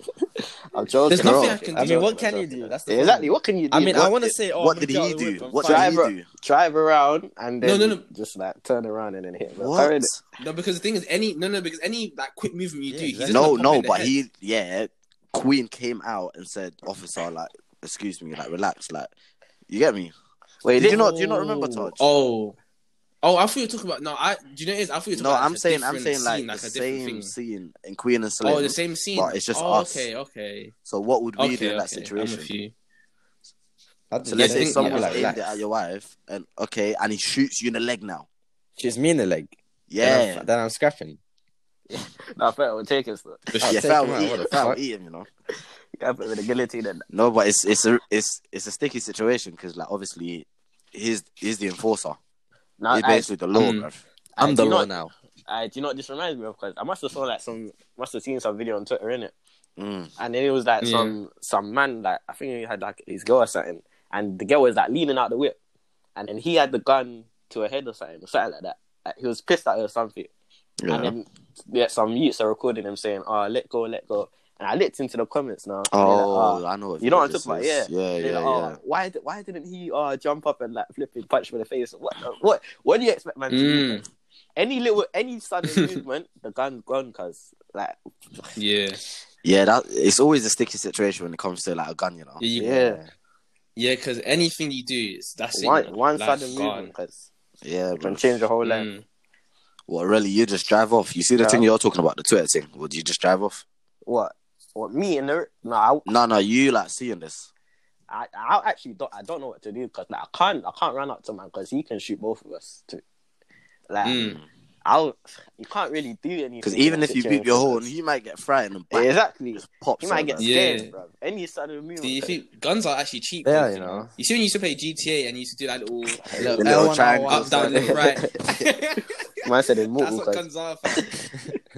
Speaker 3: I'm joking.
Speaker 2: There's nothing
Speaker 3: bro.
Speaker 2: I can
Speaker 5: I
Speaker 2: do.
Speaker 5: mean, what can you do? That's the
Speaker 3: Yeah,
Speaker 5: thing.
Speaker 3: exactly. What can you do?
Speaker 5: I mean, I
Speaker 3: What-
Speaker 5: want to say, oh,
Speaker 4: what
Speaker 5: I'm
Speaker 4: did
Speaker 5: gonna
Speaker 4: he
Speaker 5: get out of
Speaker 4: do?
Speaker 5: the whip,
Speaker 4: What
Speaker 5: I'm
Speaker 4: did
Speaker 5: fine.
Speaker 4: he
Speaker 3: Driver-
Speaker 4: do?
Speaker 3: drive around and then
Speaker 2: No, no, no.
Speaker 3: just like turn around and then hit. bro. I
Speaker 4: What?
Speaker 3: read it.
Speaker 2: No, because the thing is, any no, no, because any like quick movement you
Speaker 5: Yeah,
Speaker 2: do, he's just
Speaker 4: No,
Speaker 5: exactly.
Speaker 2: gonna pop you
Speaker 4: no,
Speaker 2: in the
Speaker 4: but
Speaker 2: head.
Speaker 4: he, yeah, Queen came out and said, "Officer, like, excuse me, like, relax, like, you get me?
Speaker 3: Wait,
Speaker 4: Did
Speaker 3: did
Speaker 4: you not? Do you not remember Taj?
Speaker 2: Oh, oh, I thought you were talking about. No, I. Do you know what it is? I thought you were talking
Speaker 4: no,
Speaker 2: about.
Speaker 4: I'm
Speaker 2: like, a
Speaker 4: saying, I'm
Speaker 2: different
Speaker 4: saying like
Speaker 2: scene,
Speaker 4: the
Speaker 2: a different
Speaker 4: same
Speaker 2: thing.
Speaker 4: scene in Queen and Slim.
Speaker 2: Oh, the same scene.
Speaker 4: But it's just
Speaker 2: oh,
Speaker 4: us.
Speaker 2: Okay, okay,
Speaker 4: So what would we
Speaker 2: okay.
Speaker 4: do in
Speaker 2: okay.
Speaker 4: that
Speaker 2: I'm with
Speaker 4: situation?
Speaker 2: you.
Speaker 5: I'd
Speaker 4: So
Speaker 5: yeah,
Speaker 4: let's
Speaker 5: I
Speaker 4: say
Speaker 5: think-
Speaker 4: someone
Speaker 5: yeah,
Speaker 4: aimed
Speaker 5: relax.
Speaker 4: it at your wife, and okay, and he shoots you in the leg now.
Speaker 5: She's me in the leg. Then
Speaker 4: Yeah,
Speaker 5: I'm, then I'm scrapping.
Speaker 3: No, I thought it would take us though.
Speaker 2: For
Speaker 4: yeah,
Speaker 2: sure.
Speaker 5: take
Speaker 4: foul
Speaker 5: him out, what
Speaker 4: eating,
Speaker 5: the
Speaker 4: foul
Speaker 5: fuck?
Speaker 4: eating, you know.
Speaker 3: You gotta put it with a guillotine and
Speaker 4: No, but it's it's a it's it's a sticky situation because like obviously, he's he's the enforcer.
Speaker 3: now.
Speaker 4: he's
Speaker 3: I,
Speaker 4: basically the law,
Speaker 2: Mm.
Speaker 4: bruv.
Speaker 5: I'm
Speaker 3: I
Speaker 5: the
Speaker 3: do
Speaker 5: law
Speaker 3: not-
Speaker 5: now.
Speaker 3: I, do you know what this reminds me of? Because I must have saw like some, must have seen some video on Twitter in it,
Speaker 4: Mm.
Speaker 3: and then it was like some some man like I think he had like his girl or something, and the girl was like leaning out the whip, and then he had the gun to her head or something or something like that. Like, he was pissed at her or something,
Speaker 4: Yeah.
Speaker 3: and then yeah, some youths are recording him saying, "Oh, let go, let go," and I looked into the comments now. and they're like, "Ah,
Speaker 4: Oh, I know.
Speaker 3: you know what I'm
Speaker 4: this
Speaker 3: talking
Speaker 4: is.
Speaker 3: about,
Speaker 4: Yeah,
Speaker 3: They're
Speaker 4: yeah,
Speaker 3: like,
Speaker 4: yeah.
Speaker 3: oh, why di- why didn't he uh jump up and like flipping punch him in the face? What uh, what what do you expect man to do?
Speaker 2: Mm,
Speaker 3: man? Any little any sudden movement, the gun gone cause like
Speaker 2: yeah,
Speaker 4: Yeah, that it's always a sticky situation when it comes to like a gun, you know.
Speaker 2: yeah, you- yeah. Because anything you do, is that's it.
Speaker 3: one
Speaker 2: you know,
Speaker 3: one
Speaker 2: life
Speaker 3: sudden
Speaker 2: gone.
Speaker 3: movement cause
Speaker 4: Yeah,
Speaker 3: it can
Speaker 4: bro.
Speaker 3: change your whole life.
Speaker 2: Mm.
Speaker 4: What really? You just drive off. You see the
Speaker 3: Yeah.
Speaker 4: thing you're talking about, the Twitter thing. Would you just drive off?
Speaker 3: What? What me and the no, I,
Speaker 4: No, no. You like seeing this?
Speaker 3: I I actually don't I don't know what to do because like, I can't I can't run up to man because he can shoot both of us too. Like
Speaker 2: Mm.
Speaker 3: I'll you can't really do anything
Speaker 4: Because
Speaker 3: in
Speaker 4: even
Speaker 3: that
Speaker 4: if you beep your horn,
Speaker 3: situation,
Speaker 4: he might get frightened and
Speaker 3: cause-
Speaker 4: back
Speaker 3: exactly
Speaker 4: just pops.
Speaker 3: he might
Speaker 4: it,
Speaker 3: get
Speaker 4: man.
Speaker 2: Yeah.
Speaker 3: scared, bro. Any sudden movement.
Speaker 2: Do you
Speaker 3: cause-
Speaker 2: think guns are actually cheap?
Speaker 5: They are,
Speaker 2: though,
Speaker 5: you know.
Speaker 2: You see, when you used to play GTA and you used to do that little
Speaker 4: The
Speaker 5: Look,
Speaker 4: little
Speaker 5: L1,
Speaker 4: triangle
Speaker 5: L1,
Speaker 2: up, down,
Speaker 5: L1.
Speaker 2: left, right.
Speaker 3: Man said it's
Speaker 2: That's
Speaker 3: mortal.
Speaker 2: what guns are. fam.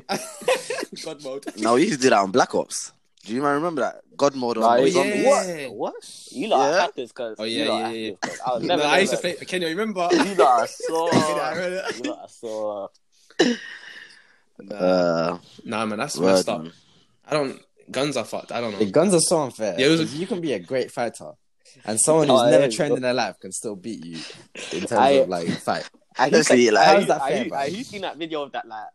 Speaker 2: God mode.
Speaker 4: No, we used to do that on Black Ops. Do you man remember that God mode on
Speaker 3: Nah,
Speaker 4: on
Speaker 3: it's-
Speaker 4: zombies?
Speaker 2: Oh, yeah.
Speaker 3: What? What? You lot
Speaker 4: Yeah.
Speaker 3: are hackers, cause
Speaker 2: Oh,
Speaker 3: you
Speaker 2: yeah,
Speaker 3: lot
Speaker 2: yeah,
Speaker 3: are
Speaker 2: yeah.
Speaker 3: hackers, cause I was
Speaker 2: No,
Speaker 3: never.
Speaker 2: I used to
Speaker 3: gonna
Speaker 2: play. Can you remember?
Speaker 3: let- You lot are so.
Speaker 2: Can you remember?
Speaker 3: you lot are so.
Speaker 4: Uh,
Speaker 2: Nah, man, that's
Speaker 4: word,
Speaker 2: messed up.
Speaker 4: man.
Speaker 2: I don't. Guns are fucked. I don't
Speaker 5: The
Speaker 2: know.
Speaker 5: guns are so unfair.
Speaker 2: Yeah, it was a-
Speaker 5: 'cause you can be a great fighter, and someone who's
Speaker 3: Oh, yeah,
Speaker 5: never
Speaker 3: it's
Speaker 5: trained
Speaker 3: got-
Speaker 5: in their life can still beat you in terms
Speaker 3: I-
Speaker 5: of like fight.
Speaker 3: I
Speaker 4: Let's see, like-
Speaker 5: How
Speaker 3: I,
Speaker 5: is that
Speaker 3: I,
Speaker 5: fair,
Speaker 3: I,
Speaker 5: bro?
Speaker 3: you seen that video of that like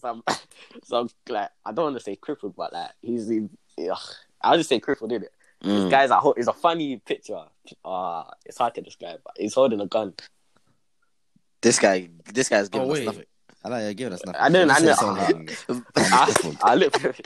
Speaker 3: some some like I don't want to say crippled, but like he's in. Ugh, I'll just say crippled, did it? This
Speaker 4: Mm.
Speaker 3: guy's a ho- it's a funny picture. Uh it's hard to describe, but he's holding a gun.
Speaker 4: This guy, this guy's giving
Speaker 2: Oh,
Speaker 4: us
Speaker 2: wait.
Speaker 4: nothing. Ah,
Speaker 5: I know you're giving us nothing.
Speaker 3: I didn't- I
Speaker 5: You said
Speaker 3: didn't-
Speaker 5: something like that.
Speaker 3: I, I look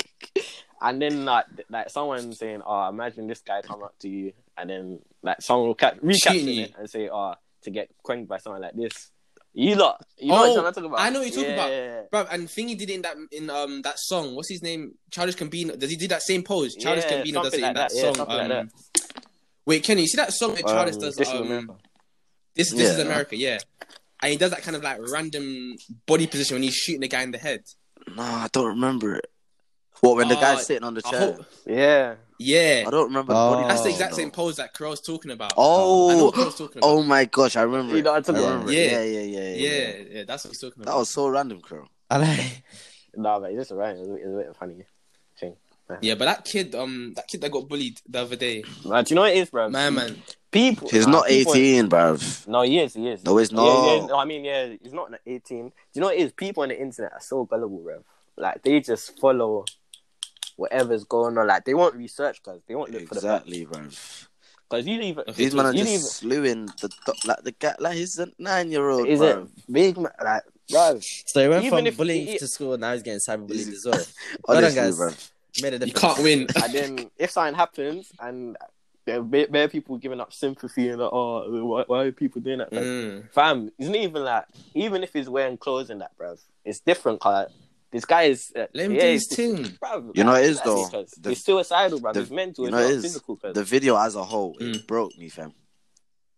Speaker 3: and then like th- like someone saying, "Oh, imagine this guy come up to you," and then like someone will catch
Speaker 2: Cheating
Speaker 3: recaption
Speaker 2: you.
Speaker 3: it and say, "Oh, to get cranked by someone like this." You lot, you
Speaker 2: Oh,
Speaker 3: know what I'm talking about.
Speaker 2: I know what you're talking about.
Speaker 3: Yeah.
Speaker 2: Bruv, and thing he did in that in um that song, what's his name? Childish Gambino. Does he do that same pose? Childish
Speaker 3: Yeah,
Speaker 2: Gambino does it
Speaker 3: something
Speaker 2: in
Speaker 3: like
Speaker 2: that,
Speaker 3: that, yeah,
Speaker 2: song.
Speaker 3: something like
Speaker 2: um, Wait, Kenny, you see that song where Childish does
Speaker 3: this is
Speaker 2: um,
Speaker 3: America.
Speaker 2: this this is
Speaker 4: Yeah.
Speaker 2: America, yeah. And he does that kind of like random body position when he's shooting the guy in the head.
Speaker 4: No, I don't remember it. What when the
Speaker 2: Uh,
Speaker 4: guy's sitting on the
Speaker 2: I
Speaker 4: chair?
Speaker 2: hope-
Speaker 3: Yeah.
Speaker 2: yeah,
Speaker 4: I don't remember.
Speaker 5: Oh.
Speaker 4: the body
Speaker 2: that's the
Speaker 4: position,
Speaker 2: exact
Speaker 4: though.
Speaker 2: same pose that Carell's talking about. I know
Speaker 4: Oh,
Speaker 2: what Carell's talking about.
Speaker 4: oh my gosh, I remember.
Speaker 3: You
Speaker 4: it.
Speaker 3: know what I'm
Speaker 4: I
Speaker 3: talking about.
Speaker 4: remember. it.
Speaker 2: Yeah.
Speaker 4: Yeah. Yeah, yeah, yeah, yeah,
Speaker 2: yeah, yeah, that's what he's talking
Speaker 4: That
Speaker 2: about.
Speaker 4: was so random, Crow.
Speaker 5: I like.
Speaker 3: Nah, but it's just right. It's, a bit- it's a bit funny.
Speaker 2: Yeah, but that kid, um, that kid that got bullied the other day,
Speaker 3: Nah, do you know what it is, bro?
Speaker 2: man, man,
Speaker 3: People.
Speaker 4: He's
Speaker 3: nah,
Speaker 4: not
Speaker 3: people-
Speaker 4: 18, bruv.
Speaker 3: No, he is. He is.
Speaker 4: No, he's
Speaker 3: Yeah, yeah,
Speaker 4: not.
Speaker 3: no, I mean, yeah, he's not 18. Do you know what it is? People on the internet are so gullible, bro. Like, they just follow whatever's going on. Like, they won't research because they won't look for the facts.
Speaker 4: Exactly, bruv.
Speaker 3: Because you leave it.
Speaker 4: These men are
Speaker 3: you
Speaker 4: just
Speaker 3: leave
Speaker 4: slewing the do- like the guy like he's a nine year old.
Speaker 3: Is it big man? Like, bro,
Speaker 5: So he went
Speaker 3: Even
Speaker 5: from
Speaker 3: if
Speaker 5: bullying
Speaker 3: he-
Speaker 5: to school, now he's getting cyberbullied as well.
Speaker 4: Honestly,
Speaker 5: guys.
Speaker 4: bruv.
Speaker 5: Made a
Speaker 2: You
Speaker 5: difference.
Speaker 2: can't win.
Speaker 3: and then if something happens and there are bare bare people giving up sympathy and like, oh, why, why are people doing that? Like,
Speaker 2: Mm.
Speaker 3: Fam, it's not even like, even if he's wearing clothes and that, bruv, it's different. Cause this guy is. Uh,
Speaker 2: Let him
Speaker 3: yeah,
Speaker 2: do his
Speaker 3: he's-
Speaker 2: thing.
Speaker 3: Bruv,
Speaker 4: You know it is,
Speaker 3: that's
Speaker 4: though.
Speaker 3: because
Speaker 4: The-
Speaker 3: it's suicidal, bruv.
Speaker 4: the-
Speaker 3: it's mental.
Speaker 4: you
Speaker 3: It's
Speaker 4: know it
Speaker 3: not
Speaker 4: is.
Speaker 3: physical. Cause
Speaker 4: The video as a whole it
Speaker 2: Mm.
Speaker 4: broke me, fam.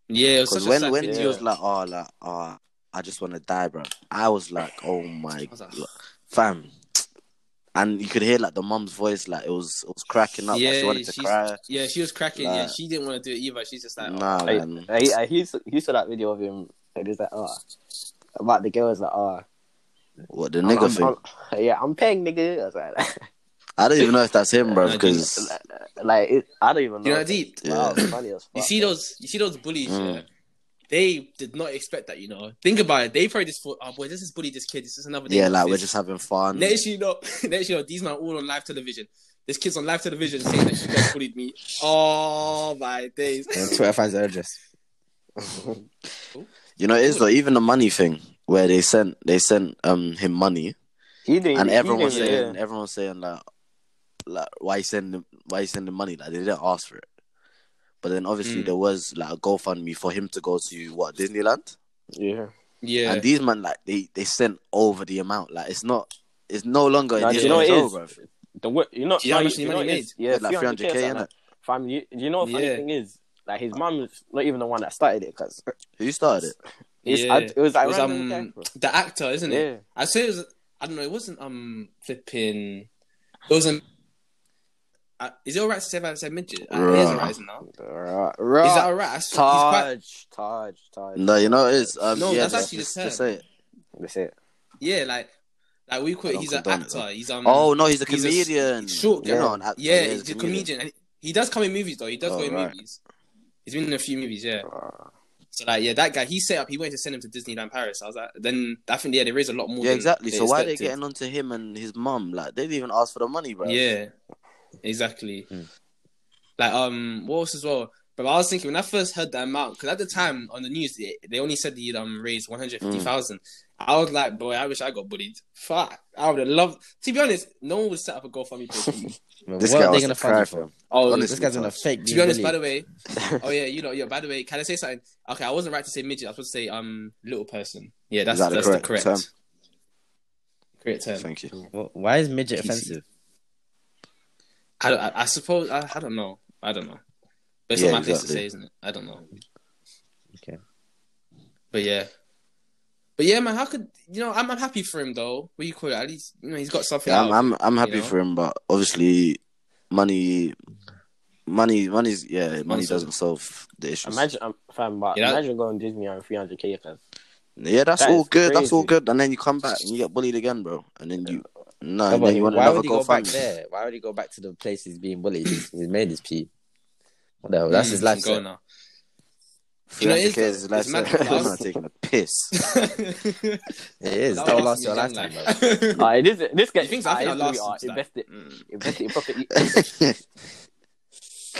Speaker 2: Yeah, it was
Speaker 4: Because
Speaker 2: such a
Speaker 4: when
Speaker 2: sad
Speaker 4: when
Speaker 2: video.
Speaker 4: he was like, oh, like, oh, I just want to die, bro. I was like, oh my,
Speaker 2: I was like,
Speaker 4: God. fam. And you could hear like the mum's voice, like it was it was cracking up. like,
Speaker 2: Yeah,
Speaker 4: she wanted to
Speaker 2: she's-
Speaker 4: cry.
Speaker 2: yeah, she was cracking. yeah,
Speaker 4: Like-
Speaker 2: she didn't want to do it either. She's just like, oh,
Speaker 4: Nah,
Speaker 3: Like,
Speaker 4: man.
Speaker 3: I, I, he, saw- he saw that video of him. And he's like, oh, about the girls, like, oh,
Speaker 4: What the
Speaker 3: I'm-
Speaker 4: nigga
Speaker 3: I'm-
Speaker 4: thing? I'm,
Speaker 3: I'm- yeah, I'm paying nigga. I was like,
Speaker 4: I do not even know if that's him, bro.
Speaker 2: Nah,
Speaker 4: Because
Speaker 3: like it, I don't even know.
Speaker 2: you know, deep.
Speaker 3: Wow, it's funny as
Speaker 2: You
Speaker 3: fuck.
Speaker 2: see those, you see those bullies.
Speaker 4: Mm.
Speaker 2: Yeah? They did not expect that. You know, think about it. They probably just thought, oh boy, this is bully this kid. This is another. day
Speaker 4: yeah,
Speaker 2: of
Speaker 4: like we're
Speaker 2: this."
Speaker 4: just having fun.
Speaker 2: Next you know, next you know, these men are all on live television. This kid's on live television saying that she just bullied me. Oh my days.
Speaker 5: And Twitter finds their address.
Speaker 4: You know, it is though. Even the money thing, where they sent they sent um him money,
Speaker 3: he didn't.
Speaker 4: and
Speaker 3: he
Speaker 4: everyone was
Speaker 3: didn't-
Speaker 4: saying
Speaker 3: yeah.
Speaker 4: everyone was saying like like why you sending why you sending money like they didn't ask for it but then obviously
Speaker 2: Mm.
Speaker 4: there was like a GoFundMe for him to go to what Disneyland
Speaker 3: yeah.
Speaker 2: Yeah.
Speaker 4: and these man like they they sent over the amount like it's not it's no longer
Speaker 3: Nah,
Speaker 4: it is
Speaker 3: you know
Speaker 4: what
Speaker 3: it
Speaker 4: it
Speaker 3: is.
Speaker 4: is, bruv.
Speaker 3: The wo- you know,
Speaker 2: Do you know how
Speaker 3: no,
Speaker 2: much money
Speaker 3: know
Speaker 2: he
Speaker 3: it is?
Speaker 4: Yeah,
Speaker 3: Yeah,
Speaker 4: like 300k
Speaker 3: something
Speaker 4: innit?
Speaker 3: like- Fam, you, you know what funny
Speaker 2: Yeah.
Speaker 3: thing is? Like his mum's not even the one that started it because
Speaker 4: who started it
Speaker 3: it's
Speaker 2: Yeah.
Speaker 3: I, it was like
Speaker 2: It was,
Speaker 3: random
Speaker 2: um,
Speaker 3: guy.
Speaker 2: the actor, isn't it?
Speaker 3: Yeah,
Speaker 2: I say it was. I don't know. It wasn't um flipping. It wasn't. Uh, is it alright to say if I said midget? Uh, it is
Speaker 4: Bruh.
Speaker 2: alright, isn't it?
Speaker 3: right,
Speaker 2: Is
Speaker 3: right.
Speaker 2: that alright? I s- he's quite-
Speaker 3: Taj, Taj, Taj.
Speaker 4: no you know it is um,
Speaker 2: No,
Speaker 4: yeah,
Speaker 2: that's
Speaker 4: just,
Speaker 2: actually the
Speaker 4: just,
Speaker 2: term.
Speaker 4: just say it
Speaker 3: That's it.
Speaker 2: Yeah, like like we call
Speaker 4: I
Speaker 2: it.
Speaker 4: don't
Speaker 2: He's an
Speaker 4: condone it,
Speaker 2: actor.
Speaker 4: though.
Speaker 2: he's um.
Speaker 4: oh no he's a
Speaker 2: he's a-
Speaker 4: comedian
Speaker 2: short
Speaker 4: You're
Speaker 3: guy.
Speaker 4: not an actor,
Speaker 2: yeah, he's a
Speaker 4: comedian.
Speaker 2: comedian. And he does come in movies though. He does
Speaker 4: Oh,
Speaker 2: go in
Speaker 4: right.
Speaker 2: movies. He's been in a few movies. Yeah.
Speaker 3: Uh,
Speaker 2: So like yeah, that guy he set up. He wanted to send him to Disneyland Paris. I was like, then I think yeah, there is a lot more.
Speaker 4: yeah
Speaker 2: than
Speaker 4: exactly so why are they
Speaker 2: expected.
Speaker 4: getting onto him and his mum like they didn't even ask for the money bro
Speaker 2: Yeah, exactly.
Speaker 5: Hmm.
Speaker 2: Like, um, what else as well? But I was thinking when I first heard that amount, because at the time on the news they, they only said he'd um raised one hundred fifty thousand.
Speaker 4: Hmm.
Speaker 2: I was like, boy, I wish I got bullied. Fuck, I would have loved. To be honest, no one would set up a GoFundMe page. for me.
Speaker 5: I mean,
Speaker 4: this
Speaker 5: what
Speaker 4: guy
Speaker 5: are they
Speaker 4: was
Speaker 5: gonna
Speaker 4: to
Speaker 5: find
Speaker 4: cry
Speaker 5: you
Speaker 4: for
Speaker 5: for?
Speaker 4: him
Speaker 2: Oh,
Speaker 5: This guy's gonna fake.
Speaker 2: to be honest, by the way, oh yeah, you know, yeah. By the way, can I say something? Okay, I wasn't right to say midget. I was supposed to say um little person. Yeah, that's
Speaker 4: Is that the
Speaker 2: that's the
Speaker 4: correct
Speaker 2: correct
Speaker 4: term?
Speaker 2: correct term.
Speaker 4: thank you
Speaker 5: why is midget
Speaker 2: PC.
Speaker 5: offensive?
Speaker 2: I, don't- I, I suppose I, I don't know. I don't know. But it's
Speaker 4: Yeah,
Speaker 2: not my place to
Speaker 4: exactly.
Speaker 2: say, isn't it? I don't know.
Speaker 5: Okay.
Speaker 2: But yeah. But yeah, man, how could you know? I'm, I'm happy for him though. What do you call it? At least you know he's got something.
Speaker 4: Yeah,
Speaker 2: out
Speaker 4: I'm,
Speaker 2: of it.
Speaker 4: I'm I'm happy
Speaker 2: you know?
Speaker 4: for him, but obviously, money, money, money's yeah, money
Speaker 2: Money's
Speaker 4: doesn't solve the issues.
Speaker 3: imagine, um, fam, but
Speaker 2: Yeah.
Speaker 3: imagine going Disney on 300k. Cause
Speaker 4: yeah, that's
Speaker 3: that
Speaker 4: all
Speaker 3: is
Speaker 4: good. That's all
Speaker 3: crazy.
Speaker 4: good. And then you come back and you get bullied again, bro. And then you no,
Speaker 5: No,
Speaker 4: and then you
Speaker 5: but
Speaker 4: want
Speaker 5: why
Speaker 4: another
Speaker 5: would he go back
Speaker 4: GoFundMe.
Speaker 5: there? Why would he go back to the place he's being bullied? He's, he's made his pee. Whatever. That's his
Speaker 2: Mm,
Speaker 5: life.
Speaker 2: go
Speaker 5: set.
Speaker 2: now. You
Speaker 4: Three
Speaker 2: know, it is
Speaker 4: hundred k is
Speaker 2: though.
Speaker 4: like
Speaker 2: It's mad because I
Speaker 4: I'm not
Speaker 2: was-
Speaker 4: taking a piss.
Speaker 5: It is.
Speaker 2: That
Speaker 5: That will
Speaker 2: was
Speaker 5: last your
Speaker 2: young
Speaker 5: lifetime,
Speaker 2: life.
Speaker 5: bro.
Speaker 3: Uh, it is, this guy,
Speaker 2: You think
Speaker 3: uh,
Speaker 2: something that lasts into that?
Speaker 3: invest it,
Speaker 2: Mm.
Speaker 3: invest it properly.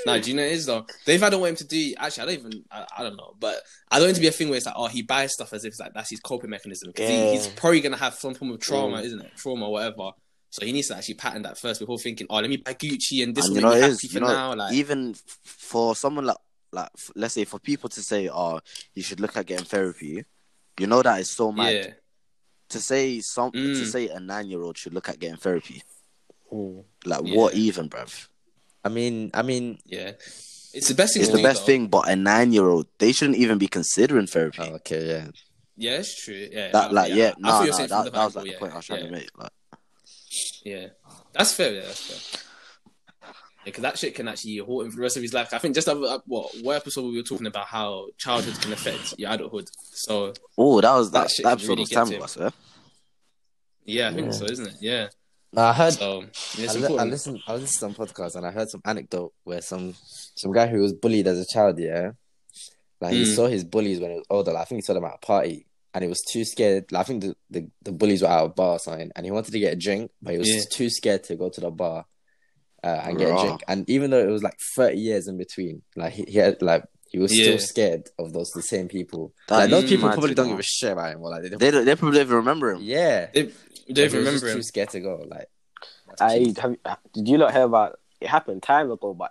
Speaker 2: No, do you know what it is though? They've had a want him to do. Actually, I don't even. I, I don't know, but I don't want it to be a thing where it's like, oh, he buys stuff as if it's like that's his coping mechanism because
Speaker 3: Yeah.
Speaker 2: he, he's probably gonna have some form of trauma,
Speaker 4: Mm.
Speaker 2: isn't it? Trauma, or whatever. So he needs to actually pattern that first before thinking, oh, let me buy Gucci and this
Speaker 4: and
Speaker 2: will make
Speaker 4: you know
Speaker 2: me
Speaker 4: it
Speaker 2: happy
Speaker 4: is.
Speaker 2: for
Speaker 4: You know,
Speaker 2: now. Like,
Speaker 4: even f- for someone like like f- let's say for people to say, oh, you should look at getting therapy. You know that is so mad
Speaker 2: yeah,
Speaker 4: to say some to
Speaker 2: Mm.
Speaker 4: say a nine year old should look at getting therapy.
Speaker 3: Mm.
Speaker 4: Like
Speaker 2: Yeah.
Speaker 4: what even, bruv?
Speaker 5: I mean, I mean.
Speaker 2: yeah. It's the best thing.
Speaker 4: It's
Speaker 2: to
Speaker 4: the
Speaker 2: do,
Speaker 4: best
Speaker 2: though.
Speaker 4: thing, but a nine year old, they shouldn't even be considering therapy.
Speaker 5: Oh, okay, yeah.
Speaker 2: Yeah, it's true. Yeah,
Speaker 4: that like yeah,
Speaker 2: I thought
Speaker 4: no,
Speaker 2: you
Speaker 4: no,
Speaker 2: were saying
Speaker 4: that,
Speaker 2: from the
Speaker 4: that was
Speaker 2: Bible,
Speaker 4: like
Speaker 2: yeah,
Speaker 4: the point I was trying
Speaker 2: yeah.
Speaker 4: to make. Like,
Speaker 2: Yeah, that's fair. Yeah, that's fair. Because that shit can actually haunt him for the rest of his life. I think just the other, uh, what what episode we were talking about how childhood can affect your adulthood. So
Speaker 4: oh, that was
Speaker 2: That
Speaker 4: that,
Speaker 2: shit
Speaker 4: that
Speaker 2: can
Speaker 4: episode
Speaker 2: really
Speaker 4: was
Speaker 2: get
Speaker 4: time
Speaker 2: to
Speaker 4: with
Speaker 2: him.
Speaker 4: us, yeah.
Speaker 2: yeah, I think
Speaker 3: Yeah.
Speaker 2: so, isn't it? Yeah.
Speaker 5: No, I heard.
Speaker 2: So yeah, it's
Speaker 5: I, li- I
Speaker 2: important.
Speaker 5: listened. I listened to some podcast and I heard some anecdote where some some guy who was bullied as a child, yeah, like he
Speaker 2: Mm.
Speaker 5: saw his bullies when he was older. Like, I think he saw them at a party and he was too scared. Like, I think the, the, the bullies were at a bar or something, and he wanted to get a drink, but he was
Speaker 2: Yeah.
Speaker 5: too scared to go to the bar. uh, and get a
Speaker 4: Raw.
Speaker 5: drink. And even though it was like 30 years in between, like he, he had like he was
Speaker 2: Yeah.
Speaker 5: still scared of those the same people.
Speaker 4: That
Speaker 5: like those
Speaker 2: is
Speaker 5: people
Speaker 4: mad,
Speaker 5: probably
Speaker 4: you
Speaker 5: don't
Speaker 4: know.
Speaker 5: give a shit about him. Or like they don't,
Speaker 4: They don't, they probably don't even remember him.
Speaker 5: yeah,
Speaker 2: They don't
Speaker 5: Like, he was just
Speaker 2: remember him.
Speaker 5: Too scared to go. Like
Speaker 3: I have, did you not hear about it happened time ago, but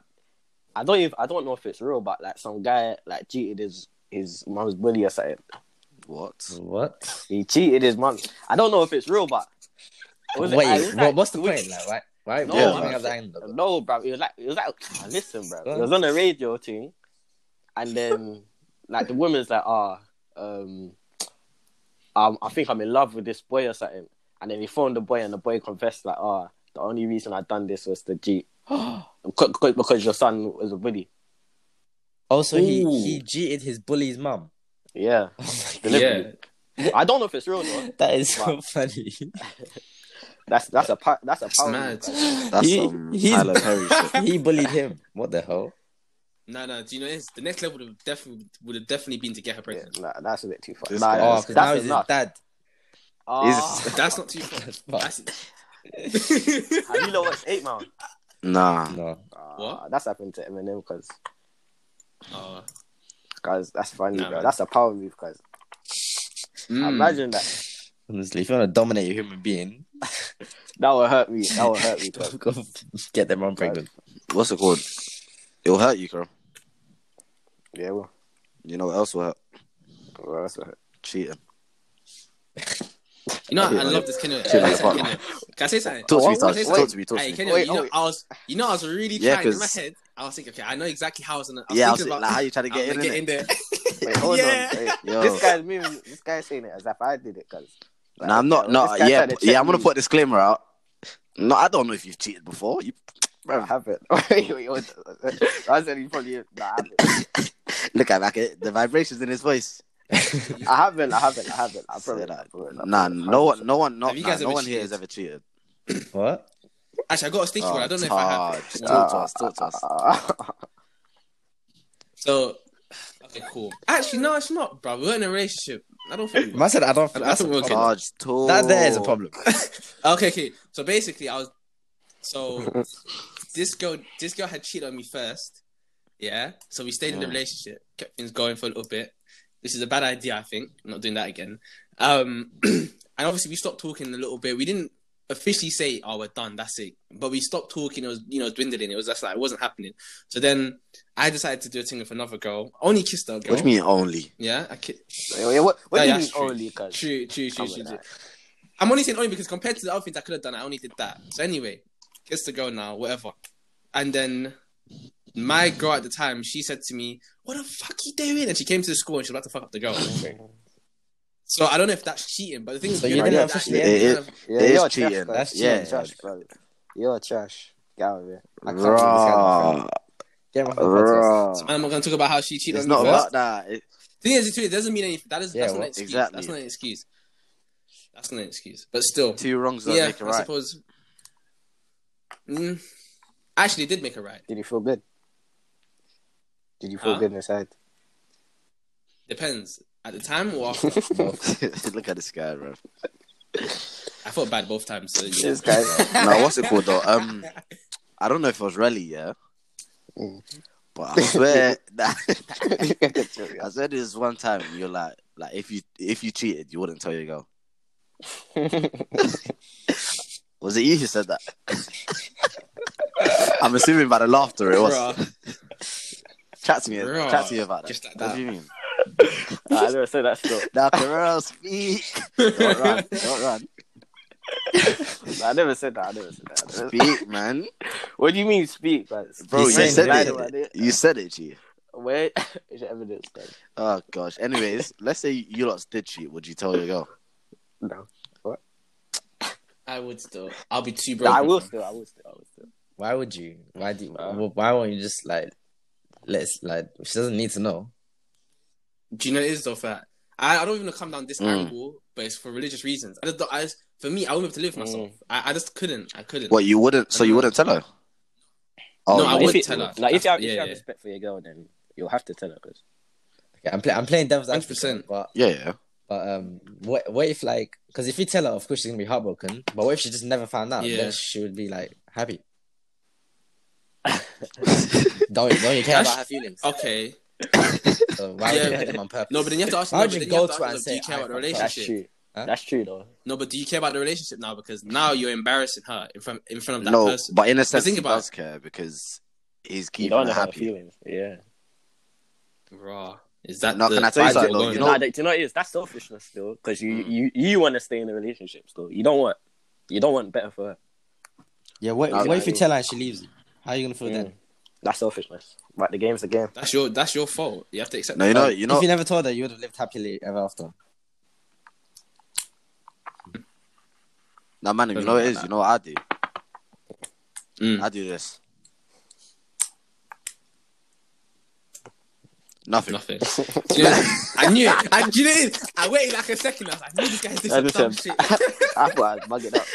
Speaker 3: I don't even I don't know if it's real, but like some guy like cheated his his mom's bully or something.
Speaker 4: What?
Speaker 5: what?
Speaker 3: He cheated his mom. I don't know if it's real, but it was-
Speaker 5: Wait,
Speaker 3: I was
Speaker 5: what,
Speaker 3: like-
Speaker 5: what's the
Speaker 3: it was-
Speaker 5: point? Like, why? Why?
Speaker 3: No,
Speaker 5: why
Speaker 4: I'm
Speaker 5: bring
Speaker 4: not
Speaker 5: up the angle?
Speaker 3: No, bro. It was like it was like "Ah, listen, bro. It was on a radio thing, and then like the woman's like, ah, um, um, I think I'm in love with this boy or something. And then he phoned the boy, and the boy confessed like, ah, the only reason I done this was to cheat because, because your son was a bully.
Speaker 5: Also, he
Speaker 2: Ooh.
Speaker 5: he cheated his bully's mum. Oh
Speaker 3: Yeah,
Speaker 2: Yeah,
Speaker 3: deliberately. I don't know if it's real though.
Speaker 5: That is so
Speaker 3: Wow.
Speaker 5: funny.
Speaker 3: That's that's a pa- that's a
Speaker 2: That's
Speaker 3: power
Speaker 2: mad.
Speaker 3: move,
Speaker 4: That's
Speaker 5: He-
Speaker 4: um,
Speaker 5: he's-
Speaker 4: Tyler Perry shit.
Speaker 5: he bullied him. What the hell?
Speaker 2: no, no. Do you know it's, the next level would have definitely would have definitely been to get her
Speaker 3: bro. Yeah,
Speaker 2: pregnant.
Speaker 3: nah, that's a bit too far.
Speaker 4: This
Speaker 3: Nah,
Speaker 4: guy
Speaker 5: Oh,
Speaker 3: that's,
Speaker 4: is-
Speaker 5: because
Speaker 3: that's
Speaker 5: now he's his
Speaker 3: enough.
Speaker 5: dad.
Speaker 3: Ah,
Speaker 2: That's not too far. That's
Speaker 3: have you know what's eight man?
Speaker 4: Nah.
Speaker 5: no.
Speaker 3: Ah,
Speaker 2: What?
Speaker 3: That's happened to Eminem because
Speaker 2: Oh.
Speaker 3: Cause that's funny,
Speaker 2: Nah,
Speaker 3: bro.
Speaker 2: man.
Speaker 3: That's a power move, cause
Speaker 2: Mm.
Speaker 3: imagine that.
Speaker 5: Honestly, if you want to dominate a human being,
Speaker 3: That would hurt me. That would hurt me,
Speaker 5: go,
Speaker 3: cause
Speaker 5: go get them on pregnant.
Speaker 4: What's it called? It'll hurt you, girl.
Speaker 3: yeah, well,
Speaker 4: You know what else will hurt?
Speaker 3: well, that's what hurt.
Speaker 4: Cheating.
Speaker 2: You know, I,
Speaker 4: Yeah.
Speaker 2: love this Kenya.
Speaker 4: Yeah.
Speaker 2: Kenya. Can I say something?
Speaker 4: Talk to me,
Speaker 3: What-
Speaker 4: Taj.
Speaker 2: wait,
Speaker 4: Talk to me, talk to
Speaker 2: Hey,
Speaker 4: me.
Speaker 2: Kenya,
Speaker 3: Wait,
Speaker 2: you know,
Speaker 3: oh, wait.
Speaker 2: I was, you know, I was really
Speaker 4: Yeah,
Speaker 2: trying in
Speaker 4: 'cause-
Speaker 2: my head. I was thinking, okay, I know exactly how I was. Gonna, I was
Speaker 4: Yeah, I was
Speaker 2: thinking
Speaker 4: like,
Speaker 2: about
Speaker 4: how you trying to
Speaker 2: I'm
Speaker 4: get in,
Speaker 2: gonna
Speaker 4: innit?
Speaker 2: get in there.
Speaker 3: Wait, hold
Speaker 2: Yeah.
Speaker 3: on. Wait.
Speaker 4: Yo.
Speaker 3: This guy's memeing. This guy's saying it as if I did it, cause. like,
Speaker 4: Nah, I'm not.
Speaker 3: yo,
Speaker 4: No,
Speaker 3: this guy
Speaker 4: yeah,
Speaker 3: tried to
Speaker 4: yeah.
Speaker 3: check
Speaker 4: I'm gonna
Speaker 3: me.
Speaker 4: put a disclaimer out. No, I don't know if you've cheated before. You,
Speaker 3: I haven't. wait, wait, wait. I said he probably. Nah, I haven't.
Speaker 4: look at like it, the vibrations in his voice.
Speaker 3: I haven't. I haven't. I haven't. I probably.
Speaker 4: Say that.
Speaker 3: I probably- I
Speaker 4: Nah,
Speaker 3: probably-
Speaker 4: no one, no one, no,
Speaker 2: Have you
Speaker 4: nah,
Speaker 2: guys
Speaker 4: no
Speaker 2: ever
Speaker 4: one here has
Speaker 2: cheated?
Speaker 4: ever cheated.
Speaker 5: What?
Speaker 2: Actually, I got a sticky one. I don't know if I have.
Speaker 4: Oh, Taj, Talk to us. Talk to us.
Speaker 2: So, okay, cool. Actually, no, it's not, bro. We're in a relationship. I don't think. we were.
Speaker 5: I said I don't.
Speaker 2: I
Speaker 5: that's
Speaker 2: think
Speaker 5: a
Speaker 2: we'll get-
Speaker 5: problem.
Speaker 4: Taj, talk.
Speaker 5: That there is a problem.
Speaker 2: Okay, okay. So basically, I was. So, this girl, this girl had cheated on me first. Yeah. So we stayed in the
Speaker 4: Mm.
Speaker 2: relationship, kept things going for a little bit. This is a bad idea, I think. I'm not doing that again. Um, and obviously we stopped talking a little bit. We didn't officially say, "Oh, we're done. That's it." But we stopped talking. It was, you know, dwindling. It was just like it wasn't happening. So then I decided to do a thing with another girl. Only kissed her. Girl.
Speaker 4: What do you mean only?
Speaker 2: Yeah, I kissed.
Speaker 3: Wait, wait, what? What
Speaker 2: No,
Speaker 3: do you
Speaker 2: yeah,
Speaker 3: mean
Speaker 2: that's true.
Speaker 3: only? Cause.
Speaker 2: True, true, true,
Speaker 3: Come
Speaker 2: true.
Speaker 3: with
Speaker 2: true.
Speaker 3: that.
Speaker 2: I'm only saying only because compared to the other things I could have done, I only did that. So anyway, kiss the girl now, whatever. And then my girl at the time, she said to me, "What the fuck you doing?" And she came to the school and she was about to fuck up the girl. so I don't know if that's cheating, but the thing is,
Speaker 5: So
Speaker 2: we
Speaker 5: you
Speaker 2: don't
Speaker 5: didn't
Speaker 2: know
Speaker 5: officially
Speaker 2: that-
Speaker 4: end it.
Speaker 2: kind of-
Speaker 3: Yeah,
Speaker 4: It is
Speaker 3: you're
Speaker 4: cheating.
Speaker 3: Trash, bro.
Speaker 5: That's
Speaker 3: you're
Speaker 4: cheating.
Speaker 3: trash, bro. You're trash. Get out of here.
Speaker 5: I can't believe this guy-
Speaker 4: Bruh,
Speaker 5: Get him off the podcast.
Speaker 4: bruh.
Speaker 2: I'm not gonna talk about how she cheated
Speaker 4: It's
Speaker 2: on me
Speaker 4: not
Speaker 2: first.
Speaker 4: about that. It-
Speaker 2: The thing is, it doesn't mean anything. That is
Speaker 5: Yeah,
Speaker 2: that's not
Speaker 5: well,
Speaker 2: an excuse.
Speaker 4: exactly.
Speaker 2: That's not an excuse. That's not an excuse. But still,
Speaker 4: Two wrongs don't
Speaker 2: yeah,
Speaker 4: make a
Speaker 2: I
Speaker 4: right.
Speaker 2: suppose. Mm, actually, it did make her right.
Speaker 3: Did you feel good? Did you feel
Speaker 2: Huh?
Speaker 3: good inside?
Speaker 2: Depends. At the time or after,
Speaker 4: Look at this guy, bro.
Speaker 2: I felt bad both times. So yeah.
Speaker 3: This guy.
Speaker 4: Now, what's it called though? Um, I don't know if it was Relly, yeah,
Speaker 3: Mm.
Speaker 4: but I swear that I
Speaker 3: That's
Speaker 4: said this one time. and You're like, like if you if you cheated, you wouldn't tell your girl. Was it you who said that? I'm assuming by the laughter it was.
Speaker 2: Bruh.
Speaker 4: Chat to me,
Speaker 2: Bruh.
Speaker 4: chat to me about that.
Speaker 2: Just like
Speaker 4: What
Speaker 2: that.
Speaker 4: do you mean?
Speaker 3: I never said that still.
Speaker 4: Now, Carrera, speak. Don't run, don't run.
Speaker 3: I never said that. I never said that. I never-
Speaker 4: Speak, man.
Speaker 3: What do you mean speak, guys?
Speaker 4: Bro, you
Speaker 5: saying
Speaker 4: said
Speaker 5: lied
Speaker 4: it. You said it, G.
Speaker 3: Where is your evidence, guys?
Speaker 4: Oh gosh. Anyways, let's say you lot did cheat. Would you tell your girl?
Speaker 3: No.
Speaker 2: I would still. I'll be too
Speaker 3: No,
Speaker 2: broken.
Speaker 3: I will still. I will still. I will still.
Speaker 5: Why would you? Why do? You,
Speaker 3: Uh.
Speaker 5: wh- why won't you just like? Let's like. She doesn't need to know.
Speaker 2: Do you know what it is though? Fat. I, I don't even come down this
Speaker 4: Mm.
Speaker 2: angle, but it's for religious reasons. I just, don't- I just- for me, I wouldn't have to live with myself. I, I just couldn't. I couldn't.
Speaker 4: Mm. What you wouldn't? So you wouldn't tell her? Oh,
Speaker 2: No, I
Speaker 4: you-
Speaker 2: would
Speaker 3: if you,
Speaker 2: tell her.
Speaker 3: Like, if you have,
Speaker 2: Yeah,
Speaker 3: if you have
Speaker 2: yeah.
Speaker 3: respect for your girl, then you'll have to tell her. Cause
Speaker 5: Okay, I'm playing. I'm playing devil's advocate,
Speaker 2: 100%.
Speaker 5: but
Speaker 4: Yeah, yeah.
Speaker 5: but um, what what if like? Because if you tell her, of course she's gonna be heartbroken. But what if she just never found out?
Speaker 2: Yeah.
Speaker 5: Then she would be like happy. don't don't you care about her feelings?
Speaker 2: Okay.
Speaker 5: So why would you
Speaker 2: Yeah.
Speaker 5: hurt them on purpose?
Speaker 2: No, but then you have to ask.
Speaker 5: Why
Speaker 2: no,
Speaker 5: would
Speaker 2: but
Speaker 5: you
Speaker 2: then
Speaker 5: go
Speaker 2: have
Speaker 5: to her
Speaker 2: ask
Speaker 5: and
Speaker 2: them,
Speaker 5: say,
Speaker 2: Do you care
Speaker 5: "I
Speaker 2: about the
Speaker 5: fucked up"?
Speaker 3: That's
Speaker 2: relationship?
Speaker 3: true.
Speaker 5: Huh?
Speaker 3: That's true though.
Speaker 2: No, but do you care about the relationship now? Because now you're embarrassing her in front in front of that
Speaker 4: no,
Speaker 2: person.
Speaker 4: but in a sense,
Speaker 2: think
Speaker 4: he
Speaker 2: about
Speaker 4: does care because he's
Speaker 3: You
Speaker 4: keeping
Speaker 3: don't
Speaker 4: her
Speaker 3: know how her
Speaker 4: happy.
Speaker 3: feelings. Yeah.
Speaker 2: Raw. Is that
Speaker 4: No,
Speaker 2: the
Speaker 4: can I tell
Speaker 3: you
Speaker 2: vibe we're
Speaker 3: something,
Speaker 4: though?
Speaker 2: going
Speaker 4: You
Speaker 2: with?
Speaker 4: know-
Speaker 3: No, do you know what it is? That's selfishness still, because you, you you want to stay in a relationship still. You don't want you don't want better for her.
Speaker 5: Yeah, what,
Speaker 4: No,
Speaker 5: what
Speaker 4: no,
Speaker 5: if you
Speaker 3: no.
Speaker 5: tell her and she leaves you? How are you gonna feel
Speaker 3: Mm.
Speaker 5: then?
Speaker 3: That's selfishness. Right, the game's the game.
Speaker 2: that's your that's your fault. You have to accept.
Speaker 4: No,
Speaker 2: that.
Speaker 4: you know, you know.
Speaker 5: if you never told her, you would have lived happily ever after.
Speaker 4: Nah, man, you
Speaker 2: Don't
Speaker 4: know
Speaker 2: know
Speaker 4: what it
Speaker 2: about
Speaker 4: is. You know what I do?
Speaker 2: Mm.
Speaker 4: I do this. Nothing.
Speaker 2: Nothing. Do you know- I knew it. I knew it. I waited like a second. I was like, I knew this guy's
Speaker 3: I
Speaker 2: doing
Speaker 3: just
Speaker 2: some dumb
Speaker 3: said-
Speaker 2: shit.
Speaker 3: I thought I'd mug it up.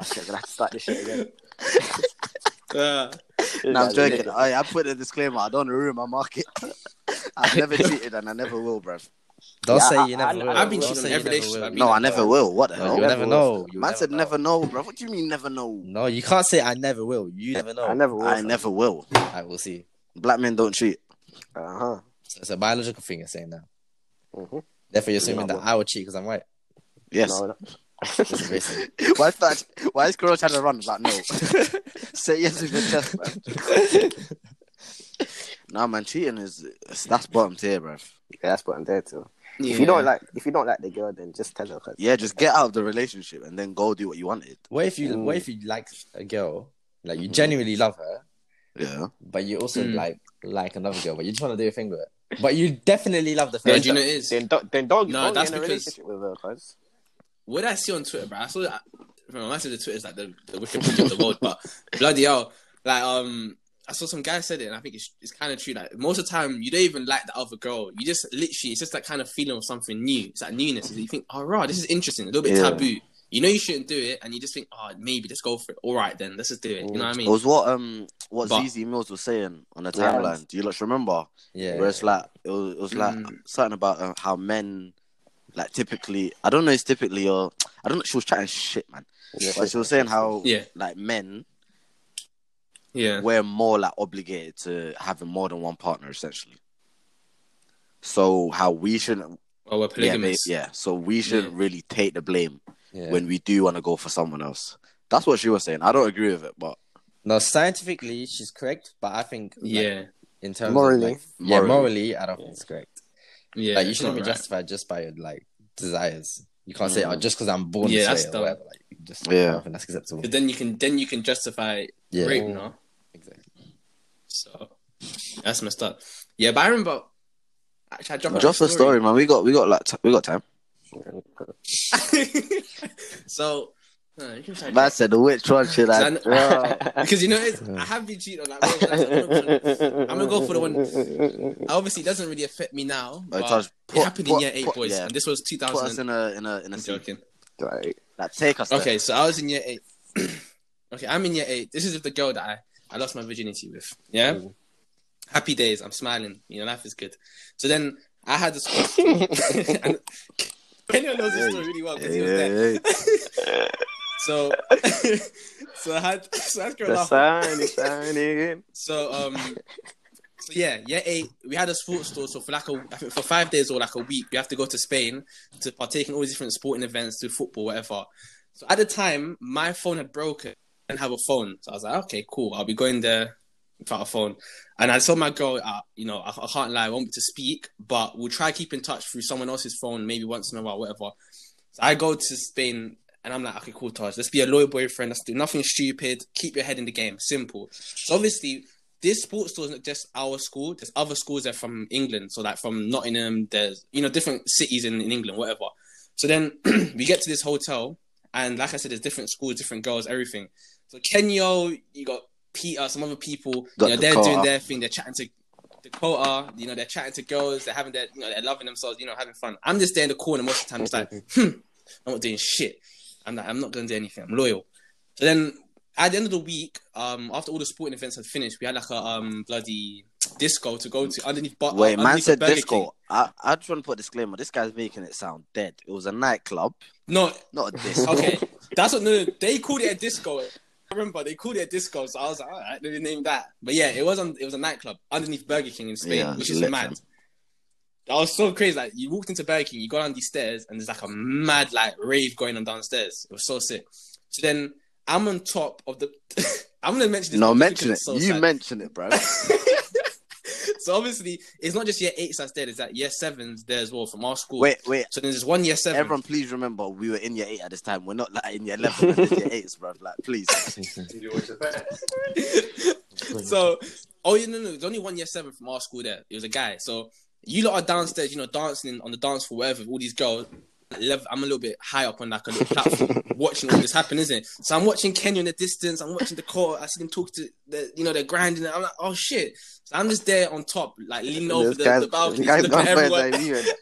Speaker 3: I said, gonna have to start this shit again.
Speaker 2: Uh,
Speaker 4: No, I'm joking. I, I put a disclaimer. I don't want to ruin my market. I've never cheated and I never will, bruv.
Speaker 5: Don't
Speaker 3: Yeah,
Speaker 5: say
Speaker 3: I-
Speaker 5: you
Speaker 3: I-
Speaker 5: never
Speaker 3: I-
Speaker 5: will.
Speaker 3: I've been
Speaker 5: Don't
Speaker 2: cheating
Speaker 5: say
Speaker 2: on
Speaker 5: you
Speaker 2: every
Speaker 5: never
Speaker 2: relationship
Speaker 5: will.
Speaker 2: I've been
Speaker 4: No, I never will. What the
Speaker 5: No,
Speaker 4: hell?
Speaker 5: you never know. You
Speaker 4: Man said never know, bruv. What do you mean never know?
Speaker 5: No, you can't say I never will. You never know.
Speaker 3: I never will.
Speaker 4: I never will.
Speaker 5: I will see.
Speaker 4: Black men don't cheat.
Speaker 3: Uh huh.
Speaker 5: So it's a biological thing you're saying now.
Speaker 3: Mhm.
Speaker 5: Therefore, you're assuming
Speaker 3: Yeah,
Speaker 5: that I would cheat because I'm white.
Speaker 4: Yes.
Speaker 3: No, no.
Speaker 5: It's racist.
Speaker 4: why is that? Why is Girl trying to run? Like no. Say yes with your chest, bruv. nah, man, cheating is that's bottom tier, bruv.
Speaker 3: Yeah, that's what I'm there to. If
Speaker 2: yeah.
Speaker 3: you don't like, if you don't like the girl, then just tell her. 'cause-
Speaker 4: Yeah, just get out of the relationship and then go do what you wanted.
Speaker 5: What if you? What
Speaker 3: Mm.
Speaker 5: if you like a girl? Like you
Speaker 4: Mhm.
Speaker 5: genuinely love her,
Speaker 4: Yeah.
Speaker 5: but you also
Speaker 2: Mm.
Speaker 5: like like another girl, but you just want to do your thing with her. But you definitely love the
Speaker 2: Yeah,
Speaker 5: first.
Speaker 2: do you know what it is?
Speaker 3: Then don't, then don't,
Speaker 2: No,
Speaker 3: don't
Speaker 2: that's
Speaker 3: get in a
Speaker 2: because-
Speaker 3: relationship with her, cause
Speaker 2: what did I see on Twitter, bro? I saw that from my massive Twitter is like the, the Wikipedia of the world, but bloody hell, like um, I saw some guy said it, and I think it's it's kind of true. Like most of the time, you don't even like the other girl. You just literally, it's just that kind of feeling of something new. It's that newness. You think, oh, right, this is interesting, a little bit
Speaker 4: Yeah.
Speaker 2: taboo. You know you shouldn't do it, and you just think, oh, maybe let's go for it. All right, then let's just do it. You know what I
Speaker 4: It
Speaker 2: mean?
Speaker 4: was what um what
Speaker 2: But-
Speaker 4: ZZ Mills was saying on the
Speaker 3: Yeah.
Speaker 4: timeline. Do you lot remember?
Speaker 5: Yeah.
Speaker 4: Where it's like it was, it was like
Speaker 2: Mm.
Speaker 4: something about um, how men like typically I don't know it's typically or I don't know she was chatting shit man. But she was saying how
Speaker 2: Yeah.
Speaker 4: like men
Speaker 2: Yeah,
Speaker 4: we're more like obligated to having more than one partner essentially. So how we shouldn't
Speaker 2: well, we're
Speaker 4: yeah, ba-
Speaker 2: polygamous.
Speaker 4: yeah so we shouldn't really take the blame
Speaker 5: yeah.
Speaker 4: when we do want to go for someone else. That's what she was saying. I don't agree with it, but
Speaker 5: no, scientifically she's correct, but I think like,
Speaker 2: yeah,
Speaker 5: in terms
Speaker 3: Morally.
Speaker 5: of like, yeah,
Speaker 4: Morally.
Speaker 5: morally, I don't think
Speaker 3: Yeah.
Speaker 5: it's correct.
Speaker 2: yeah.
Speaker 5: like you
Speaker 2: it's
Speaker 5: shouldn't be
Speaker 2: not right.
Speaker 5: justified just by your like desires. You can't say,
Speaker 4: Mm.
Speaker 5: "Oh, just because I'm born
Speaker 2: Yeah, that's
Speaker 5: this way or
Speaker 2: dumb.
Speaker 5: whatever." Like, just I
Speaker 4: Yeah.
Speaker 5: don't think that's acceptable.
Speaker 2: 'Cause Then you can then you can justify
Speaker 5: Yeah,
Speaker 2: rape, you know?
Speaker 5: exactly.
Speaker 2: So that's messed up. Yeah, but I remember. Actually, I dropped
Speaker 4: just a story, man. We got we got like t- we got time.
Speaker 2: so uh, you can try
Speaker 4: Man said, which one should I?
Speaker 2: Then- because you know it's, I have been cheating on like, well, that's-
Speaker 3: I'm
Speaker 2: gonna go for the one- obviously it doesn't really affect me now.
Speaker 4: Oh,
Speaker 2: But
Speaker 4: Taj,
Speaker 2: it happened in year eight,
Speaker 4: put-
Speaker 2: boys,
Speaker 4: yeah,
Speaker 2: and this was
Speaker 4: put us
Speaker 2: 2000.
Speaker 4: in a in a in a
Speaker 2: I'm
Speaker 4: scene.
Speaker 2: joking.
Speaker 3: Right.
Speaker 4: Like, take us.
Speaker 2: Okay, so I was in year eight. okay, I'm in year eight. This is with the girl that I, I lost my virginity with. Yeah.
Speaker 3: Mm.
Speaker 2: Happy days. I'm smiling. You know, life is good. So then I had this. and Anyone knows this story really well
Speaker 4: there.
Speaker 2: because he was there.
Speaker 4: Hey, hey, hey.
Speaker 2: So, so I had so that's girl
Speaker 3: The
Speaker 2: laugh.
Speaker 3: sun is shining.
Speaker 2: So um, so yeah, yeah, eight. We had a sports store. So for like a I think for five days or like a week, we have to go to Spain to partake in all these different sporting events, do football, whatever. So at the time, my phone had broken and have a phone. So I was like, okay, cool. I'll be going there without a phone. And I told my girl, uh, you know, I, I can't lie, I won't be to speak, but we'll try to keep in touch through someone else's phone, maybe once in a while, whatever. So I go to Spain and I'm like, okay, cool, Taj, let's be a loyal boyfriend. Let's do nothing stupid. Keep your head in the game. Simple. So obviously, this sports store is not just our school. There's other schools that are from England. So like from Nottingham, there's, you know, different cities in, in England, whatever. So then we get to this hotel. And like I said, there's different schools, different girls, everything. So Kenyo, you got Peter, some other people,
Speaker 4: Got
Speaker 2: you know, they're
Speaker 4: Dakota.
Speaker 2: doing their thing. They're chatting to Dakota, you know, they're chatting to girls. They're having their, you know, they're loving themselves, you know, having fun. I'm just there in the corner most of the time. It's like, hmm, I'm not doing shit. I'm like, I'm not going to do anything. I'm loyal. So then at the end of the week, um, after all the sporting events had finished, we had like a um bloody disco to go to underneath. But
Speaker 4: Wait, man
Speaker 2: underneath the
Speaker 4: said
Speaker 2: Burger
Speaker 4: disco.
Speaker 2: King.
Speaker 4: I, I just want to put a disclaimer. This guy's making it sound dead. It was a nightclub,
Speaker 2: No,
Speaker 4: not a disco.
Speaker 2: okay, that's what. No, no, they called it a disco. I remember they called it a disco, so I was like, all right, let me name that. But yeah, it was on it was a nightclub underneath Burger King in Spain,
Speaker 4: Yeah,
Speaker 2: which is
Speaker 4: lit,
Speaker 2: mad. I was so crazy. Like you walked into Burger King, you go down these stairs, and there's like a mad like rave going on downstairs. It was so sick. So then I'm on top of the. I'm gonna mention this.
Speaker 4: No,
Speaker 2: because
Speaker 4: mention it.
Speaker 2: it's so
Speaker 4: you
Speaker 2: sad.
Speaker 4: mention it, bro.
Speaker 2: so obviously, it's not just year eights that's there. There's like year sevens there as well from our school.
Speaker 4: wait, wait.
Speaker 2: So there's one year seven.
Speaker 4: Everyone, please remember we were in year eight at this time. We're not like in year eleven, and year eights, bro. Like, please.
Speaker 2: so, oh yeah, no, no, there's only one year seven from our school there. It was a guy. So you lot are downstairs, you know, dancing on the dance floor, whatever, with all these girls. I love- I'm a little bit high up on like a little platform, watching all this happen, isn't it? So I'm watching Kenya in the distance. I'm watching the court. I see them talk to the, you know, they're grinding. I'm like, oh shit! So I'm just there on top, like leaning over
Speaker 4: This
Speaker 2: the,
Speaker 4: guy's-
Speaker 2: the balcony,
Speaker 4: this guy's
Speaker 2: looking
Speaker 4: gone
Speaker 2: at everyone.
Speaker 4: further than you,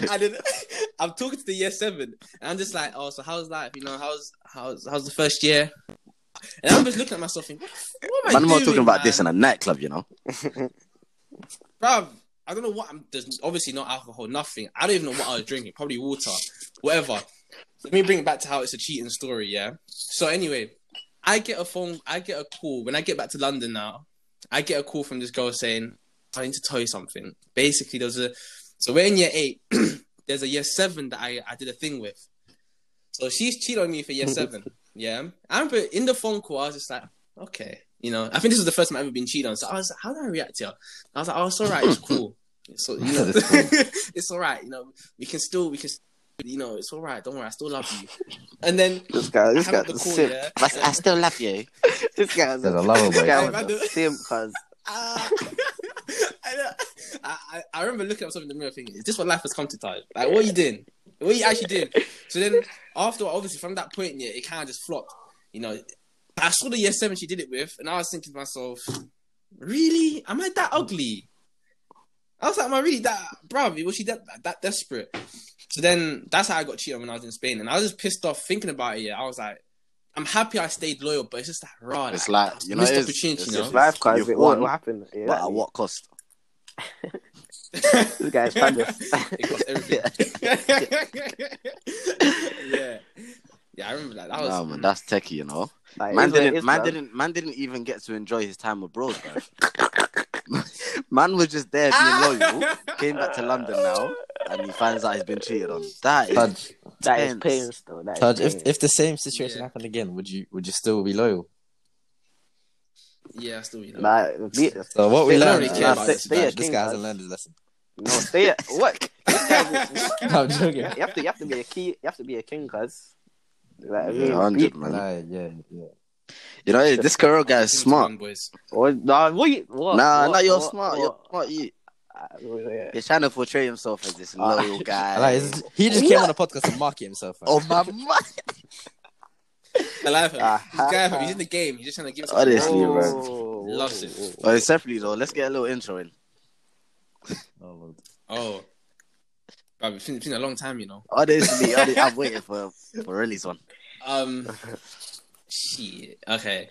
Speaker 4: and-
Speaker 2: and then I'm talking to the year seven, and I'm just like, oh, so how's life? You know, how's how's how's the first year? And I'm just looking at myself, thinking, what am I
Speaker 4: Man, I'm
Speaker 2: doing?
Speaker 4: not talking about this
Speaker 2: man?
Speaker 4: in a nightclub, you know.
Speaker 2: bruv. I don't know what I'm. There's obviously not alcohol, nothing. I don't even know what I was drinking. Probably water, whatever. Let me bring it back to how it's a cheating story. Yeah. So anyway, I get a phone. I get a call when I get back to London now. I get a call from this girl saying, "I need to tell you something." Basically, there's a. So we're in year eight. there's a year seven that I I did a thing with. So she's cheated on me for year seven. Yeah. I remember in the phone call, I was just like, okay. You know, I think this was the first time I've ever been cheated on. So I was like, how do I react here? I was like, oh, it's all right. It's cool. It's all, you know,
Speaker 5: That's cool.
Speaker 2: it's all right. You know, we can still, we can, you know, it's all right. Don't worry. I still love you. And then
Speaker 4: This guy,
Speaker 2: I hung up the call, yeah.
Speaker 4: I still love you. this guy was
Speaker 5: There's a lover
Speaker 4: this
Speaker 5: boy.
Speaker 4: guy
Speaker 2: If I
Speaker 4: was a
Speaker 2: do-
Speaker 4: simp, cause
Speaker 2: Ah. I, I, I remember looking at myself in the mirror thinking, is this what life has come to, Taj? Like, what are you doing? What are you actually doing? So then, after, obviously, from that point, yeah, it kind of just flopped. You know, I saw the year seven she did it with, and I was thinking to myself, really? Am I that ugly? I was like, am I really that, bruv? Was she that, that desperate? So then, that's how I got cheated on when I was in Spain, and I was just pissed off thinking about it. Yeah, I was like, I'm happy I stayed loyal, but it's just that raw.
Speaker 4: it's like you know,
Speaker 2: missed
Speaker 4: it's,
Speaker 2: opportunity,
Speaker 4: it's
Speaker 2: you know?
Speaker 4: just
Speaker 3: Life cause
Speaker 4: You've
Speaker 3: it won't
Speaker 4: won,
Speaker 3: happen. Yeah,
Speaker 4: but at what cost?
Speaker 3: This guy's trying to-
Speaker 2: it cost everything. yeah. Yeah, I remember that. That was mm.
Speaker 4: Nah, man, that's techie, you know.
Speaker 3: Like,
Speaker 4: Man
Speaker 3: it's what it
Speaker 4: didn't,
Speaker 3: is,
Speaker 4: man
Speaker 3: bruv.
Speaker 4: didn't, man didn't even get to enjoy his time abroad, bro. man was just there being loyal. Came back to London now, and he finds out he's been cheated on. That is
Speaker 5: Todd,
Speaker 3: That is
Speaker 4: tense.
Speaker 3: pains though. That is
Speaker 5: Todd, if
Speaker 3: pains.
Speaker 5: if the same situation
Speaker 2: Yeah.
Speaker 5: happened again, would you would you still be loyal?
Speaker 2: yeah, I still you know.
Speaker 3: Like, be,
Speaker 5: So what we
Speaker 2: They don't
Speaker 5: learned
Speaker 2: really
Speaker 5: is
Speaker 2: care
Speaker 5: that
Speaker 2: about
Speaker 5: this
Speaker 3: it. They
Speaker 5: guy
Speaker 3: are
Speaker 5: this
Speaker 3: king,
Speaker 5: guy hasn't
Speaker 3: Todd.
Speaker 5: learned his lesson.
Speaker 3: no, stay at what? This guy was-
Speaker 5: No, I'm joking.
Speaker 3: you have to, you have to be a key, you have to be a king, cuz. Like, I
Speaker 4: Yeah,
Speaker 3: mean,
Speaker 4: 100,
Speaker 3: be-
Speaker 4: man.
Speaker 5: Like, yeah, yeah.
Speaker 4: You know, this Carol guy is
Speaker 2: Things
Speaker 4: smart.
Speaker 2: run, boys.
Speaker 3: or, nah, what, you- what,
Speaker 4: Nah,
Speaker 3: what,
Speaker 4: nah, you're
Speaker 3: what-
Speaker 4: smart. You're
Speaker 3: what-
Speaker 4: smart. You.
Speaker 3: I- yeah.
Speaker 4: He's trying to portray himself as this
Speaker 3: Ah.
Speaker 4: loyal guy.
Speaker 5: Like, it's- he just came on the podcast and market himself. man.
Speaker 4: oh my mind.
Speaker 2: I love him.
Speaker 3: Ah,
Speaker 2: He's, a guy, fam.
Speaker 3: ah,
Speaker 2: he's in the game. He's just trying to give us
Speaker 4: Honestly,
Speaker 2: Oh,
Speaker 4: bro.
Speaker 3: Oh,
Speaker 2: Loves
Speaker 3: whoa,
Speaker 2: it.
Speaker 4: Oh, separately though, let's get a little intro in.
Speaker 5: Oh, Lord.
Speaker 2: Oh. Bruv, it's been, it's been a long time, you know.
Speaker 4: Honestly, honestly I'm waiting for for release one.
Speaker 2: Um shit. Okay.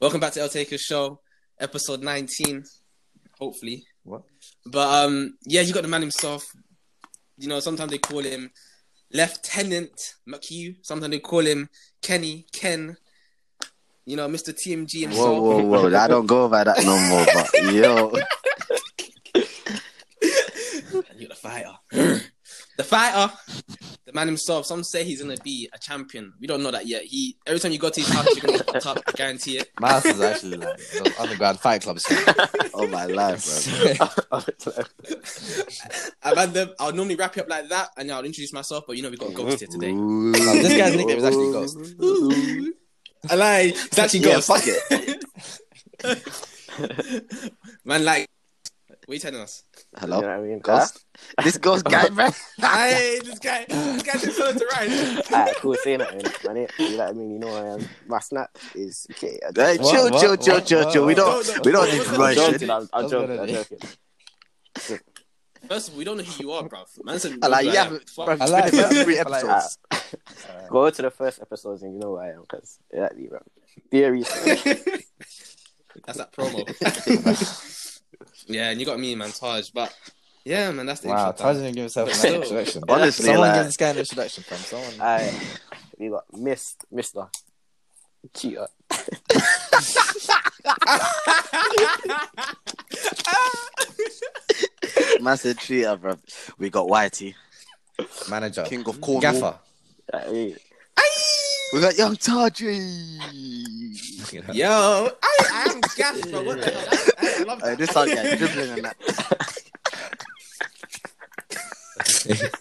Speaker 2: Welcome back to El Taker Show, episode nineteen. Hopefully.
Speaker 5: What?
Speaker 2: But um yeah, you got the man himself. You know, sometimes they call him Lieutenant McHugh. Sometimes they call him Kenny Ken. You know, Mr. TMG himself.
Speaker 4: Whoa, whoa, whoa! I don't go by that no more. But yo,
Speaker 2: You're the fighter. the fighter. The man himself. Some say he's gonna be a champion. We don't know that yet. He every time you go to his house, you're gonna get top. I guarantee it.
Speaker 5: My house is actually like those underground fight clubs.
Speaker 4: oh my life, bro.
Speaker 2: I've had them. I'll normally wrap it up like that, and I'll introduce myself. But you know, we got Ghost here today.
Speaker 4: Ooh.
Speaker 5: this guy's nickname is actually Ghost.
Speaker 2: Ooh. I like it's actually
Speaker 4: Yeah,
Speaker 2: Ghost.
Speaker 4: fuck it.
Speaker 2: man, like, what are you telling us?
Speaker 4: Hello,
Speaker 3: You know what I mean?
Speaker 4: Ghost. This Ghost guy, bro.
Speaker 2: hey, this guy, this guy just told us to ride.
Speaker 3: Huh? Alright, cool, say nothing, man. innit? You know what I mean? You know I am. My snap is okay. I-
Speaker 4: Hey,
Speaker 5: What,
Speaker 4: chill,
Speaker 5: what,
Speaker 4: chill, chill,
Speaker 5: what,
Speaker 4: chill,
Speaker 5: what,
Speaker 4: chill. We
Speaker 5: what?
Speaker 4: don't, we don't need
Speaker 2: Don't-
Speaker 3: I'm
Speaker 4: promotion.
Speaker 3: joking. I'm, I'm
Speaker 5: I'm
Speaker 3: joking. I'm
Speaker 5: gonna-
Speaker 3: joking.
Speaker 2: First of all, we don't know who you are, bruv. Man said,
Speaker 4: I like,
Speaker 2: we
Speaker 4: yeah,
Speaker 2: don't know who I
Speaker 4: bro.
Speaker 2: am.
Speaker 5: I like
Speaker 4: it's been
Speaker 5: that.
Speaker 4: three
Speaker 5: I like
Speaker 4: episodes.
Speaker 3: Go to the first episodes and you know who I am, cuz yeah, you know. Theory.
Speaker 2: That's that promo. yeah, and you got me, man, Taj. But yeah, man, that's the
Speaker 5: Wow,
Speaker 2: intro,
Speaker 5: Taj
Speaker 2: fam.
Speaker 5: didn't give himself
Speaker 2: So-
Speaker 5: an introduction.
Speaker 4: Honestly,
Speaker 5: Someone
Speaker 4: like-
Speaker 5: uh, give this guy an introduction from someone.
Speaker 3: Alright, we got missed, Mister. Cheater.
Speaker 4: Massive cheater, bro. We got Whitey,
Speaker 5: Manager.
Speaker 4: King of Cornwall.
Speaker 5: Gaffer.
Speaker 3: Like, hey,
Speaker 4: We got Young Tadri.
Speaker 2: Yo, I, I am gassed, bro. What the hell? I, I love
Speaker 4: Uh,
Speaker 2: that.
Speaker 4: this sounds like dribbling and that.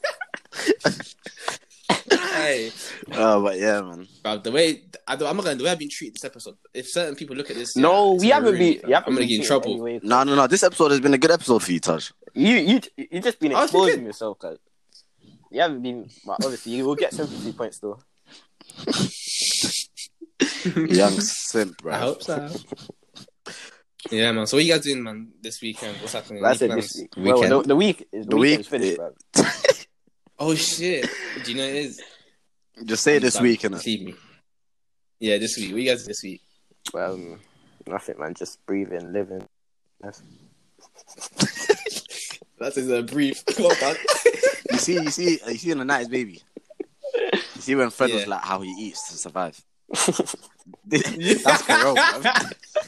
Speaker 2: Hey,
Speaker 4: Oh, but yeah, man.
Speaker 2: bro, the way I, don't- I'm not gonna the way I've been treated this episode. If certain people look at this,
Speaker 3: no,
Speaker 2: it's
Speaker 3: Oh, we
Speaker 2: gonna
Speaker 3: haven't
Speaker 2: ruin
Speaker 3: been.
Speaker 2: me, bro.
Speaker 3: You haven't
Speaker 2: I'm gonna
Speaker 3: been
Speaker 2: get in
Speaker 3: cheated
Speaker 2: trouble.
Speaker 3: Anyway.
Speaker 4: No, no, no. This episode has been a good episode for you, Taj.
Speaker 3: You you you just been
Speaker 2: I was thinking-
Speaker 3: exposing yourself, cause you haven't been. But obviously, you will get seventy points though.
Speaker 4: Young simp, bro.
Speaker 2: I hope so. yeah, man. So what you guys doing, man? This weekend? What's happening?
Speaker 3: That's
Speaker 2: Any
Speaker 3: it. This
Speaker 2: plans?
Speaker 3: week.
Speaker 5: Weekend.
Speaker 3: Well, the, the week is the,
Speaker 4: The
Speaker 3: weekend
Speaker 4: week
Speaker 3: is finished,
Speaker 4: is-
Speaker 3: bro.
Speaker 2: Oh shit! Do you know it is?
Speaker 4: Just say this
Speaker 2: Like,
Speaker 4: week, innit?
Speaker 2: Leave me. Yeah, this week. What you guys doing this week?
Speaker 3: Um, nothing, man. Just breathing, living. That's-
Speaker 2: That is a brief. Well done.
Speaker 4: You see, you see, you see in the night, baby. You see when Fred was
Speaker 2: Yeah.
Speaker 4: like, how he eats to survive. That's Corot, bro.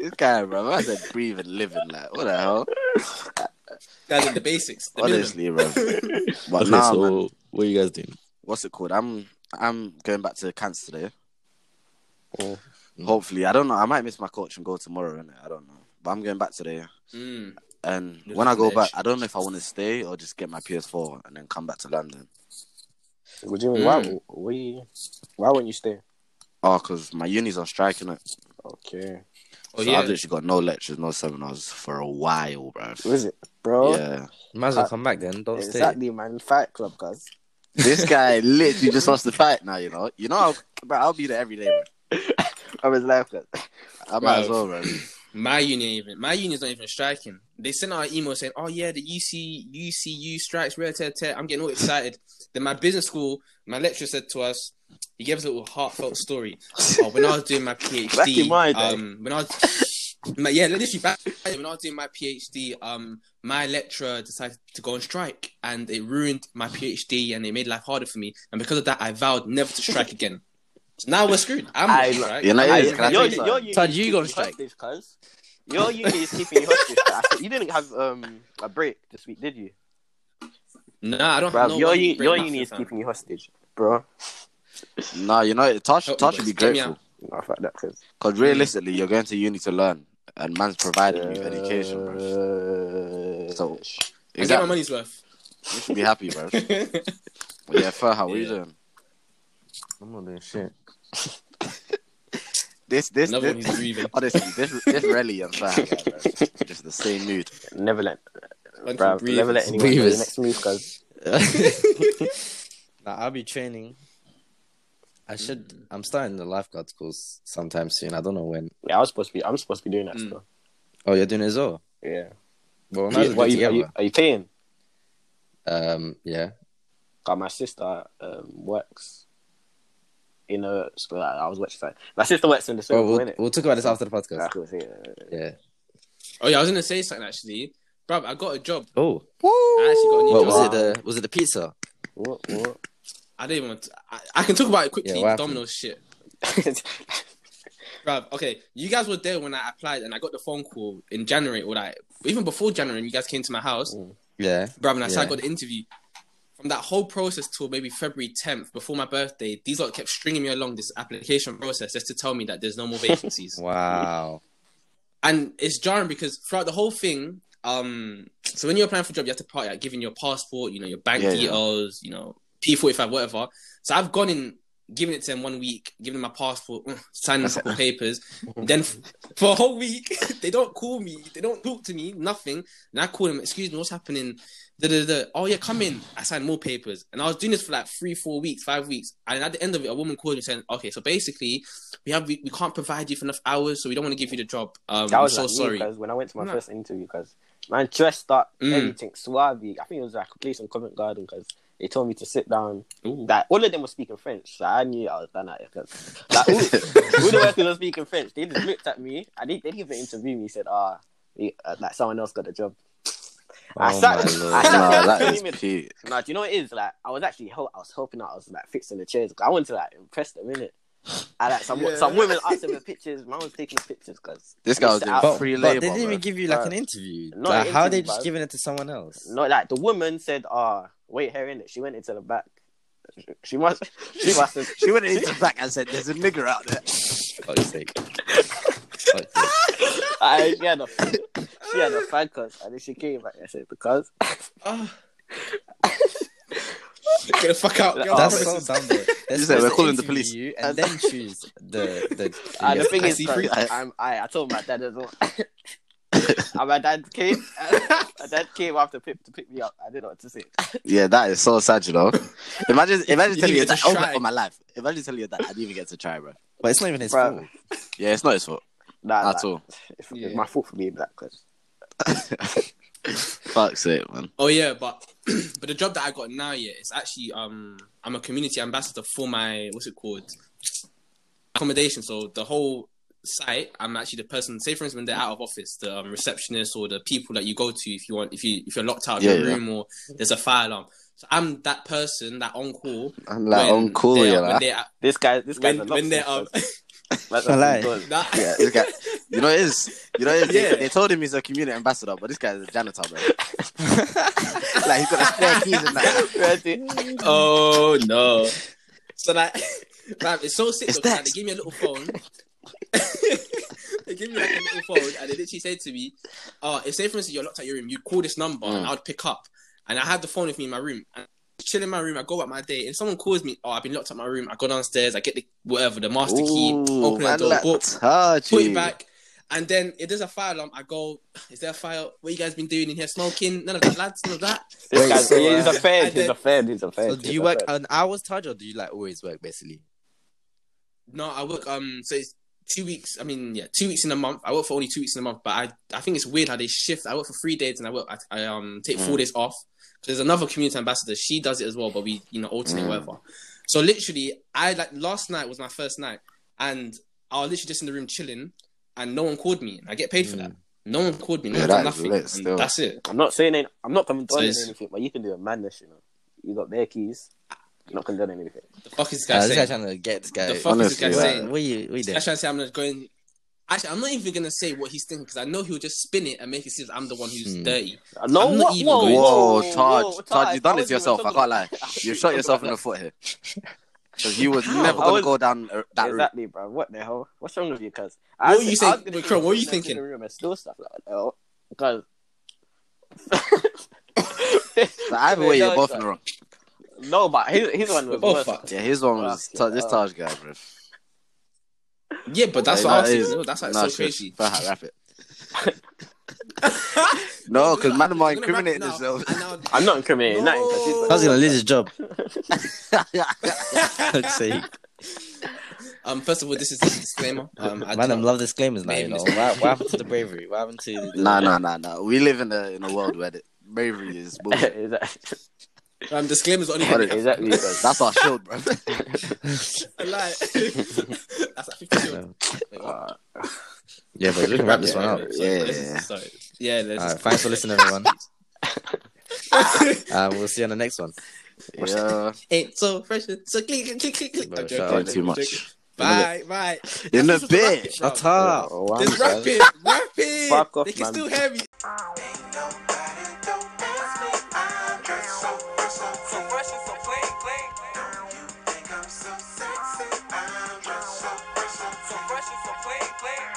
Speaker 4: This guy, bro, I said breathe and live and like, what the hell?
Speaker 2: Guys, the basics. The minimum.
Speaker 4: Honestly, bro. But
Speaker 5: Okay,
Speaker 4: nah,
Speaker 5: so
Speaker 4: man,
Speaker 5: what are you guys doing?
Speaker 4: what's it called? I'm I'm going back to Cannes today.
Speaker 5: Mm.
Speaker 3: Oh.
Speaker 4: Hopefully, I don't know. I might miss my coach and go tomorrow, innit? I don't know. But I'm going back today.
Speaker 2: Mm.
Speaker 4: And
Speaker 2: You're
Speaker 4: when I
Speaker 2: looking
Speaker 4: go
Speaker 2: edge.
Speaker 4: back, I don't know if I want to stay or just get my PS4 and then come back to London.
Speaker 3: What do you mean?
Speaker 2: Mm.
Speaker 3: Why? Why, you, why won't you stay?
Speaker 4: Oh, because my uni's on strike, innit?
Speaker 3: Okay.
Speaker 2: Oh
Speaker 4: so
Speaker 2: yeah.
Speaker 4: I've literally got no lectures, no seminars for a while, bro.
Speaker 3: What is it, bro?
Speaker 4: Yeah.
Speaker 5: Might as well come back then. Don't stay.
Speaker 3: Exactly, man. Fight Club, cuz.
Speaker 4: this guy literally just wants to fight now, you know? You know, I'll, bro, I'll be there every day, bro.
Speaker 3: I was laughing.
Speaker 4: I might as
Speaker 2: Bro.
Speaker 4: well, bro.
Speaker 2: My union even my union's not even striking. They sent out an email saying, "Oh yeah, the UC UCU strikes." Rare, tear, tear. I'm getting all excited. then my business school, my lecturer said to us, he gave us a little heartfelt story. oh, when I was doing my PhD,
Speaker 3: Back in my day.
Speaker 2: um, when I was, my- yeah, literally back when I was doing my PhD, um, my lecturer decided to go on strike, and it ruined my PhD, and it made life harder for me. And because of that, I vowed never to strike again. So now we're screwed. I'm
Speaker 3: I-
Speaker 2: on strike.
Speaker 4: you know,
Speaker 2: I'm on
Speaker 4: yeah, can I
Speaker 2: strike.
Speaker 3: Your,
Speaker 4: tell you
Speaker 3: your
Speaker 4: something?
Speaker 3: uni is
Speaker 5: Todd, you
Speaker 3: keeping
Speaker 5: gone
Speaker 3: you
Speaker 5: strike.
Speaker 3: hostage, cuz. Your uni is keeping you hostage. cuz. I said- You didn't have um a break this week, did you?
Speaker 2: Nah, I don't
Speaker 3: Bro,
Speaker 2: have no
Speaker 3: your,
Speaker 2: one
Speaker 3: u-
Speaker 2: break
Speaker 3: your
Speaker 2: nothing,
Speaker 3: uni is
Speaker 2: fam.
Speaker 3: keeping you hostage, bro.
Speaker 4: No, you know, Tosh,
Speaker 2: Help me,
Speaker 4: Tosh should be
Speaker 2: boys. Get me
Speaker 4: grateful.
Speaker 2: out.
Speaker 3: No, fuck that, cuz.
Speaker 4: Because realistically, you're going to uni to learn, and man's providing you education, bro.
Speaker 3: bro.
Speaker 4: So,
Speaker 2: I get my
Speaker 4: exactly.
Speaker 2: money's worth.
Speaker 4: You should be happy, bro. But yeah, Fur, how are you
Speaker 2: Yeah.
Speaker 4: doing?
Speaker 5: I'm not doing shit.
Speaker 4: This, this,
Speaker 2: Another one
Speaker 4: this-
Speaker 2: who's grieving.
Speaker 4: honestly, this, this rally and Fur, guy, bro, just the same mood.
Speaker 3: Never let,
Speaker 2: Bunch
Speaker 3: bro,
Speaker 2: of grievers.
Speaker 3: never let anyone know your next
Speaker 5: Grievous.
Speaker 3: move, cuz.
Speaker 5: Nah, I'll be training. I should. I'm starting the lifeguards course sometime soon. I don't know when.
Speaker 3: Yeah, I was supposed to be. I'm supposed to be doing that
Speaker 2: Mm.
Speaker 3: stuff.
Speaker 5: Oh, you're doing it as well.
Speaker 3: Yeah.
Speaker 5: Well, we might as well
Speaker 3: What, are,
Speaker 5: do it
Speaker 3: you, are, you,
Speaker 5: together.
Speaker 3: are you paying?
Speaker 5: Um, yeah.
Speaker 3: Cause my sister um, works in a school. I, I was watching. Like, my sister works in the
Speaker 5: Well,
Speaker 3: circle,
Speaker 5: we'll,
Speaker 3: innit? Ah,
Speaker 5: we'll talk about this after the podcast.
Speaker 3: That's cool, so yeah.
Speaker 5: Yeah.
Speaker 2: Oh yeah, I was gonna say something actually, bro. I got a job.
Speaker 5: Oh,
Speaker 2: I actually got a new
Speaker 5: what
Speaker 2: job.
Speaker 5: was it? The was it the pizza?
Speaker 3: What, what?
Speaker 2: I don't even. Want to, I, I can talk about it quickly.
Speaker 5: Yeah, what happened?
Speaker 2: Domino shit, bro. Okay, you guys were there when I applied and I got the phone call in January or like even before January. You guys came to my house,
Speaker 5: Yeah.
Speaker 2: bro. And I said I
Speaker 5: Yeah.
Speaker 2: got the interview. From that whole process till maybe February 10th, before my birthday, these lot kept stringing me along this application process just to tell me that there's no more vacancies.
Speaker 5: Wow.
Speaker 2: and it's jarring because throughout the whole thing, um, so when you're applying for a job, you have to part like giving your passport, you know, your bank
Speaker 4: Yeah, yeah.
Speaker 2: details, you know, P forty five, whatever. So I've gone in, given it to them one week, given them my passport, mm, signed a couple papers. Then f- for a whole week, they don't call me, they don't talk to me, nothing. And I call them, excuse me, what's happening? Da, da, da. Oh yeah, come in. I signed more papers, and I was doing this for like three, four weeks, five weeks. And at the end of it, a woman called me saying, "Okay, so basically, we have we, we can't provide you for enough hours, so we don't want to give you the job. Um,
Speaker 3: That
Speaker 2: I'm
Speaker 3: was
Speaker 2: so
Speaker 3: like
Speaker 2: sorry."
Speaker 3: Because when I went to my
Speaker 2: No.
Speaker 3: first interview, because man dressed up,
Speaker 2: Mm.
Speaker 3: everything suave. I think it was like a place in Covent Garden because they told me to sit down.
Speaker 2: Ooh.
Speaker 3: Like all of them were speaking French, so I knew I was done at it. 'cause, Like all, all the workers were speaking French. They just looked at me. I didn't, they didn't even interview me. Said, "Ah, we- uh, like someone else got the job." I
Speaker 5: Oh
Speaker 3: sat-
Speaker 5: my
Speaker 4: Nah,
Speaker 5: lord.
Speaker 3: I-
Speaker 4: that is cute.
Speaker 3: Now, do you know what it is? Like I was actually, hel- I was helping out. I was like fixing the chairs. I wanted to like impress them in it. I like some
Speaker 4: Yeah.
Speaker 3: some women asked him for pictures. Man was taking the pictures because
Speaker 4: This guy was doing
Speaker 5: But,
Speaker 4: free
Speaker 5: but
Speaker 4: labor.
Speaker 5: they didn't
Speaker 4: bro.
Speaker 5: even give you like
Speaker 3: Bruh.
Speaker 5: an interview.
Speaker 3: Not
Speaker 5: like,
Speaker 3: an
Speaker 5: how are
Speaker 3: interview,
Speaker 5: they just
Speaker 3: bruh.
Speaker 5: giving it to someone else?
Speaker 3: no, like the woman said, "Ah, wait here in it." She went into the back. She, she must. She must. Have,
Speaker 4: She went into the back and said, "There's a nigger out there."
Speaker 5: Fuck's sake. Fuck's sake.
Speaker 3: I, she had a. She had a fan cause, and then she came back. I said because
Speaker 2: Ah. Get the fuck out. Get
Speaker 3: Oh,
Speaker 5: That's
Speaker 2: That's
Speaker 5: so dumb. Bro. They're
Speaker 4: said,
Speaker 5: supposed
Speaker 4: "We're
Speaker 5: to
Speaker 4: calling the
Speaker 5: interview
Speaker 4: police."
Speaker 5: you and then choose the the.
Speaker 3: and the
Speaker 5: yes,
Speaker 3: thing
Speaker 5: I
Speaker 3: is,
Speaker 5: see
Speaker 3: 'cause
Speaker 5: free-
Speaker 4: I-
Speaker 3: I'm, I I told my dad as well. and my dad came. my dad came after pick, to pick me up. I didn't know what to say.
Speaker 4: Yeah, that is so sad, you know. Imagine, imagine
Speaker 2: You
Speaker 4: telling
Speaker 2: didn't
Speaker 4: you
Speaker 2: get
Speaker 4: that.
Speaker 2: to
Speaker 4: Oh
Speaker 2: try.
Speaker 4: my, oh my life! Imagine telling you that I didn't even get to try, bro.
Speaker 5: But it's not even his
Speaker 3: Bruh.
Speaker 5: fault.
Speaker 4: Yeah, it's not his fault
Speaker 3: Nah,
Speaker 4: at
Speaker 3: nah.
Speaker 4: all.
Speaker 3: It's,
Speaker 2: Yeah.
Speaker 3: it's my fault for being black. Cause
Speaker 4: Fuck's sake, man.
Speaker 2: Oh yeah, but but the job that I got now, yeah, it's actually um I'm a community ambassador for my what's it called accommodation. So the whole site, I'm actually the person. Say for instance, when they're out of office, the um, receptionist or the people that you go to if you want if you if you're locked out of
Speaker 4: Yeah,
Speaker 2: your
Speaker 4: yeah.
Speaker 2: room or there's a fire alarm. So I'm that person that on call.
Speaker 4: I'm like,
Speaker 2: when
Speaker 4: I'm cool,
Speaker 2: they're-
Speaker 4: you
Speaker 2: when
Speaker 4: know.
Speaker 2: they're at-
Speaker 3: this guy, this guy's
Speaker 2: when,
Speaker 3: a
Speaker 2: when they're um,
Speaker 3: lobster, cause-
Speaker 5: I lie.
Speaker 3: Cause-
Speaker 2: that-
Speaker 4: Yeah, this guy. You know, it is. You know, it is.
Speaker 2: Yeah.
Speaker 4: They, they told him he's a community ambassador, but this guy is a janitor, bro. like he's got a spare keys and that.
Speaker 3: Ready?
Speaker 2: Oh no! So like, man, it's so sick.
Speaker 4: It's
Speaker 2: because, like, they
Speaker 4: next.
Speaker 2: gave me a little phone. they gave me like a little phone, and they literally said to me, "Oh, if say for instance you're locked at your room, you call this number, and
Speaker 4: Mm.
Speaker 2: I'd pick up." And I had the phone with me in my room. And I chill in my room. I go about my day. If someone calls me, oh, I've been locked at my room. I go downstairs. I get the whatever the master key, open the
Speaker 4: man,
Speaker 2: door,
Speaker 4: like,
Speaker 2: book,
Speaker 4: touchy.
Speaker 2: put it back. And then if there's a fire alarm, I go, is there a fire? What you guys been doing in here? Smoking? None of that, lads. None of that.
Speaker 3: This
Speaker 5: Wait,
Speaker 3: guy's
Speaker 5: so,
Speaker 3: he's
Speaker 5: uh,
Speaker 3: a
Speaker 2: and
Speaker 3: fan. He's
Speaker 2: then-
Speaker 3: a fan. He's a fan.
Speaker 5: So
Speaker 3: he's
Speaker 5: do you
Speaker 3: a
Speaker 5: work
Speaker 3: fan.
Speaker 5: an hour's charge or do you like always work basically?
Speaker 2: No, I work. Um, so it's two weeks. I mean, yeah, two weeks in a month. I work for only two weeks in a month, but I I think it's weird how they shift. I work for three days and I work. I, I um take
Speaker 4: Mm.
Speaker 2: four days off. So there's another community ambassador. She does it as well, but we you know alternate
Speaker 4: Mm.
Speaker 2: whatever. So literally, I like last night was my first night, and I was literally just in the room chilling, and no one called me, and I get paid for that. No one called me. No one
Speaker 4: Mm. Yeah,
Speaker 2: done
Speaker 4: that is
Speaker 2: nothing.
Speaker 4: lit
Speaker 2: and
Speaker 4: still.
Speaker 2: that's it.
Speaker 3: I'm not saying any, I'm not condoning
Speaker 2: So it's-
Speaker 3: anything, but you can do a madness, you know. You got their keys. You're not condoning anything.
Speaker 2: The fuck is this guy
Speaker 5: Uh, this guy
Speaker 2: saying?
Speaker 5: trying to get this guy.
Speaker 2: The fuck is this guy
Speaker 4: Honestly,
Speaker 2: saying?
Speaker 5: What you? What you
Speaker 2: This
Speaker 5: doing?
Speaker 2: guy's trying to say I'm not going. Actually, I'm not even gonna say what he's thinking because I know he'll just spin it and make it seem like I'm the one who's
Speaker 5: Hmm.
Speaker 2: dirty.
Speaker 3: No,
Speaker 2: I'm not
Speaker 3: what?
Speaker 2: even
Speaker 3: Whoa,
Speaker 2: going-
Speaker 4: Whoa, Taj,
Speaker 3: whoa,
Speaker 4: Taj, you've
Speaker 3: I
Speaker 4: done it
Speaker 3: wasn't
Speaker 4: to yourself.
Speaker 3: even
Speaker 4: I can't lie.
Speaker 3: talking about-
Speaker 4: You've shot yourself in the foot here. Because you was never
Speaker 3: I
Speaker 4: going
Speaker 3: was-
Speaker 4: to go down uh, that route.
Speaker 3: Exactly, bro. What the hell? What's wrong with you, cuz?
Speaker 2: What were you saying- wait, Chrome, what were you thinking?
Speaker 3: Still stuff like that, oh, cuz.
Speaker 4: But either way, you're both in the wrong.
Speaker 3: No, but his, his one
Speaker 2: We're
Speaker 3: was
Speaker 2: both
Speaker 3: worse.
Speaker 2: fucked.
Speaker 4: Yeah, his one was
Speaker 3: Fuck, yeah.
Speaker 4: this Taj guy, bro.
Speaker 2: Yeah, but that's
Speaker 4: Like,
Speaker 2: what I
Speaker 4: that
Speaker 2: was
Speaker 4: is-
Speaker 2: thinking. That's like
Speaker 4: nah,
Speaker 2: so
Speaker 4: shit.
Speaker 2: crazy.
Speaker 4: Fair, wrap it. No, because Oh, man, am I
Speaker 2: We're gonna wrap
Speaker 4: incriminating
Speaker 2: now.
Speaker 4: themselves?
Speaker 2: And now-
Speaker 3: I'm not incriminating nothing, 'cause he's the
Speaker 5: I was gonna
Speaker 3: worst.
Speaker 5: lose his job.
Speaker 2: um, first of all, this is a disclaimer. Um, I
Speaker 5: Man, I
Speaker 2: don't-
Speaker 5: love disclaimers now. You know
Speaker 2: Maybe.
Speaker 5: what, what happened to the bravery? What happened to? The...
Speaker 4: Nah, nah, nah, nah. We live in a in a world where the bravery is bullshit.
Speaker 3: Is that-
Speaker 2: um, disclaimers only.
Speaker 4: What
Speaker 2: Like,
Speaker 4: is-
Speaker 3: Exactly, cuz.
Speaker 4: That's our shield, bro.
Speaker 2: that's like 50
Speaker 5: No.
Speaker 2: Wait, what?
Speaker 3: Uh,
Speaker 5: Yeah, but we can wrap this one up.
Speaker 2: Sorry,
Speaker 4: Yeah,
Speaker 2: this is-
Speaker 4: yeah.
Speaker 2: sorry. Yeah, this
Speaker 5: All
Speaker 2: is-
Speaker 5: right, thanks for listening, everyone. Uh, we'll see you on the next one.
Speaker 4: yeah,
Speaker 2: Ain't so fresh. So click, click, click, click.
Speaker 5: Bro,
Speaker 2: I'm
Speaker 5: shut up.
Speaker 2: joking, I'm
Speaker 4: too
Speaker 2: joking.
Speaker 4: much.
Speaker 2: Bye, bye.
Speaker 4: In a
Speaker 2: That's
Speaker 4: bit.
Speaker 2: just rapid, bro.
Speaker 5: up.
Speaker 3: oh, wow,
Speaker 2: This
Speaker 3: cuz.
Speaker 2: rapid, rapid.
Speaker 3: Fuck off,
Speaker 2: they can
Speaker 3: man.
Speaker 2: still hear me.
Speaker 1: Ain't nobody don't ask me. I'm just so, so, so fresh and so clean, clean.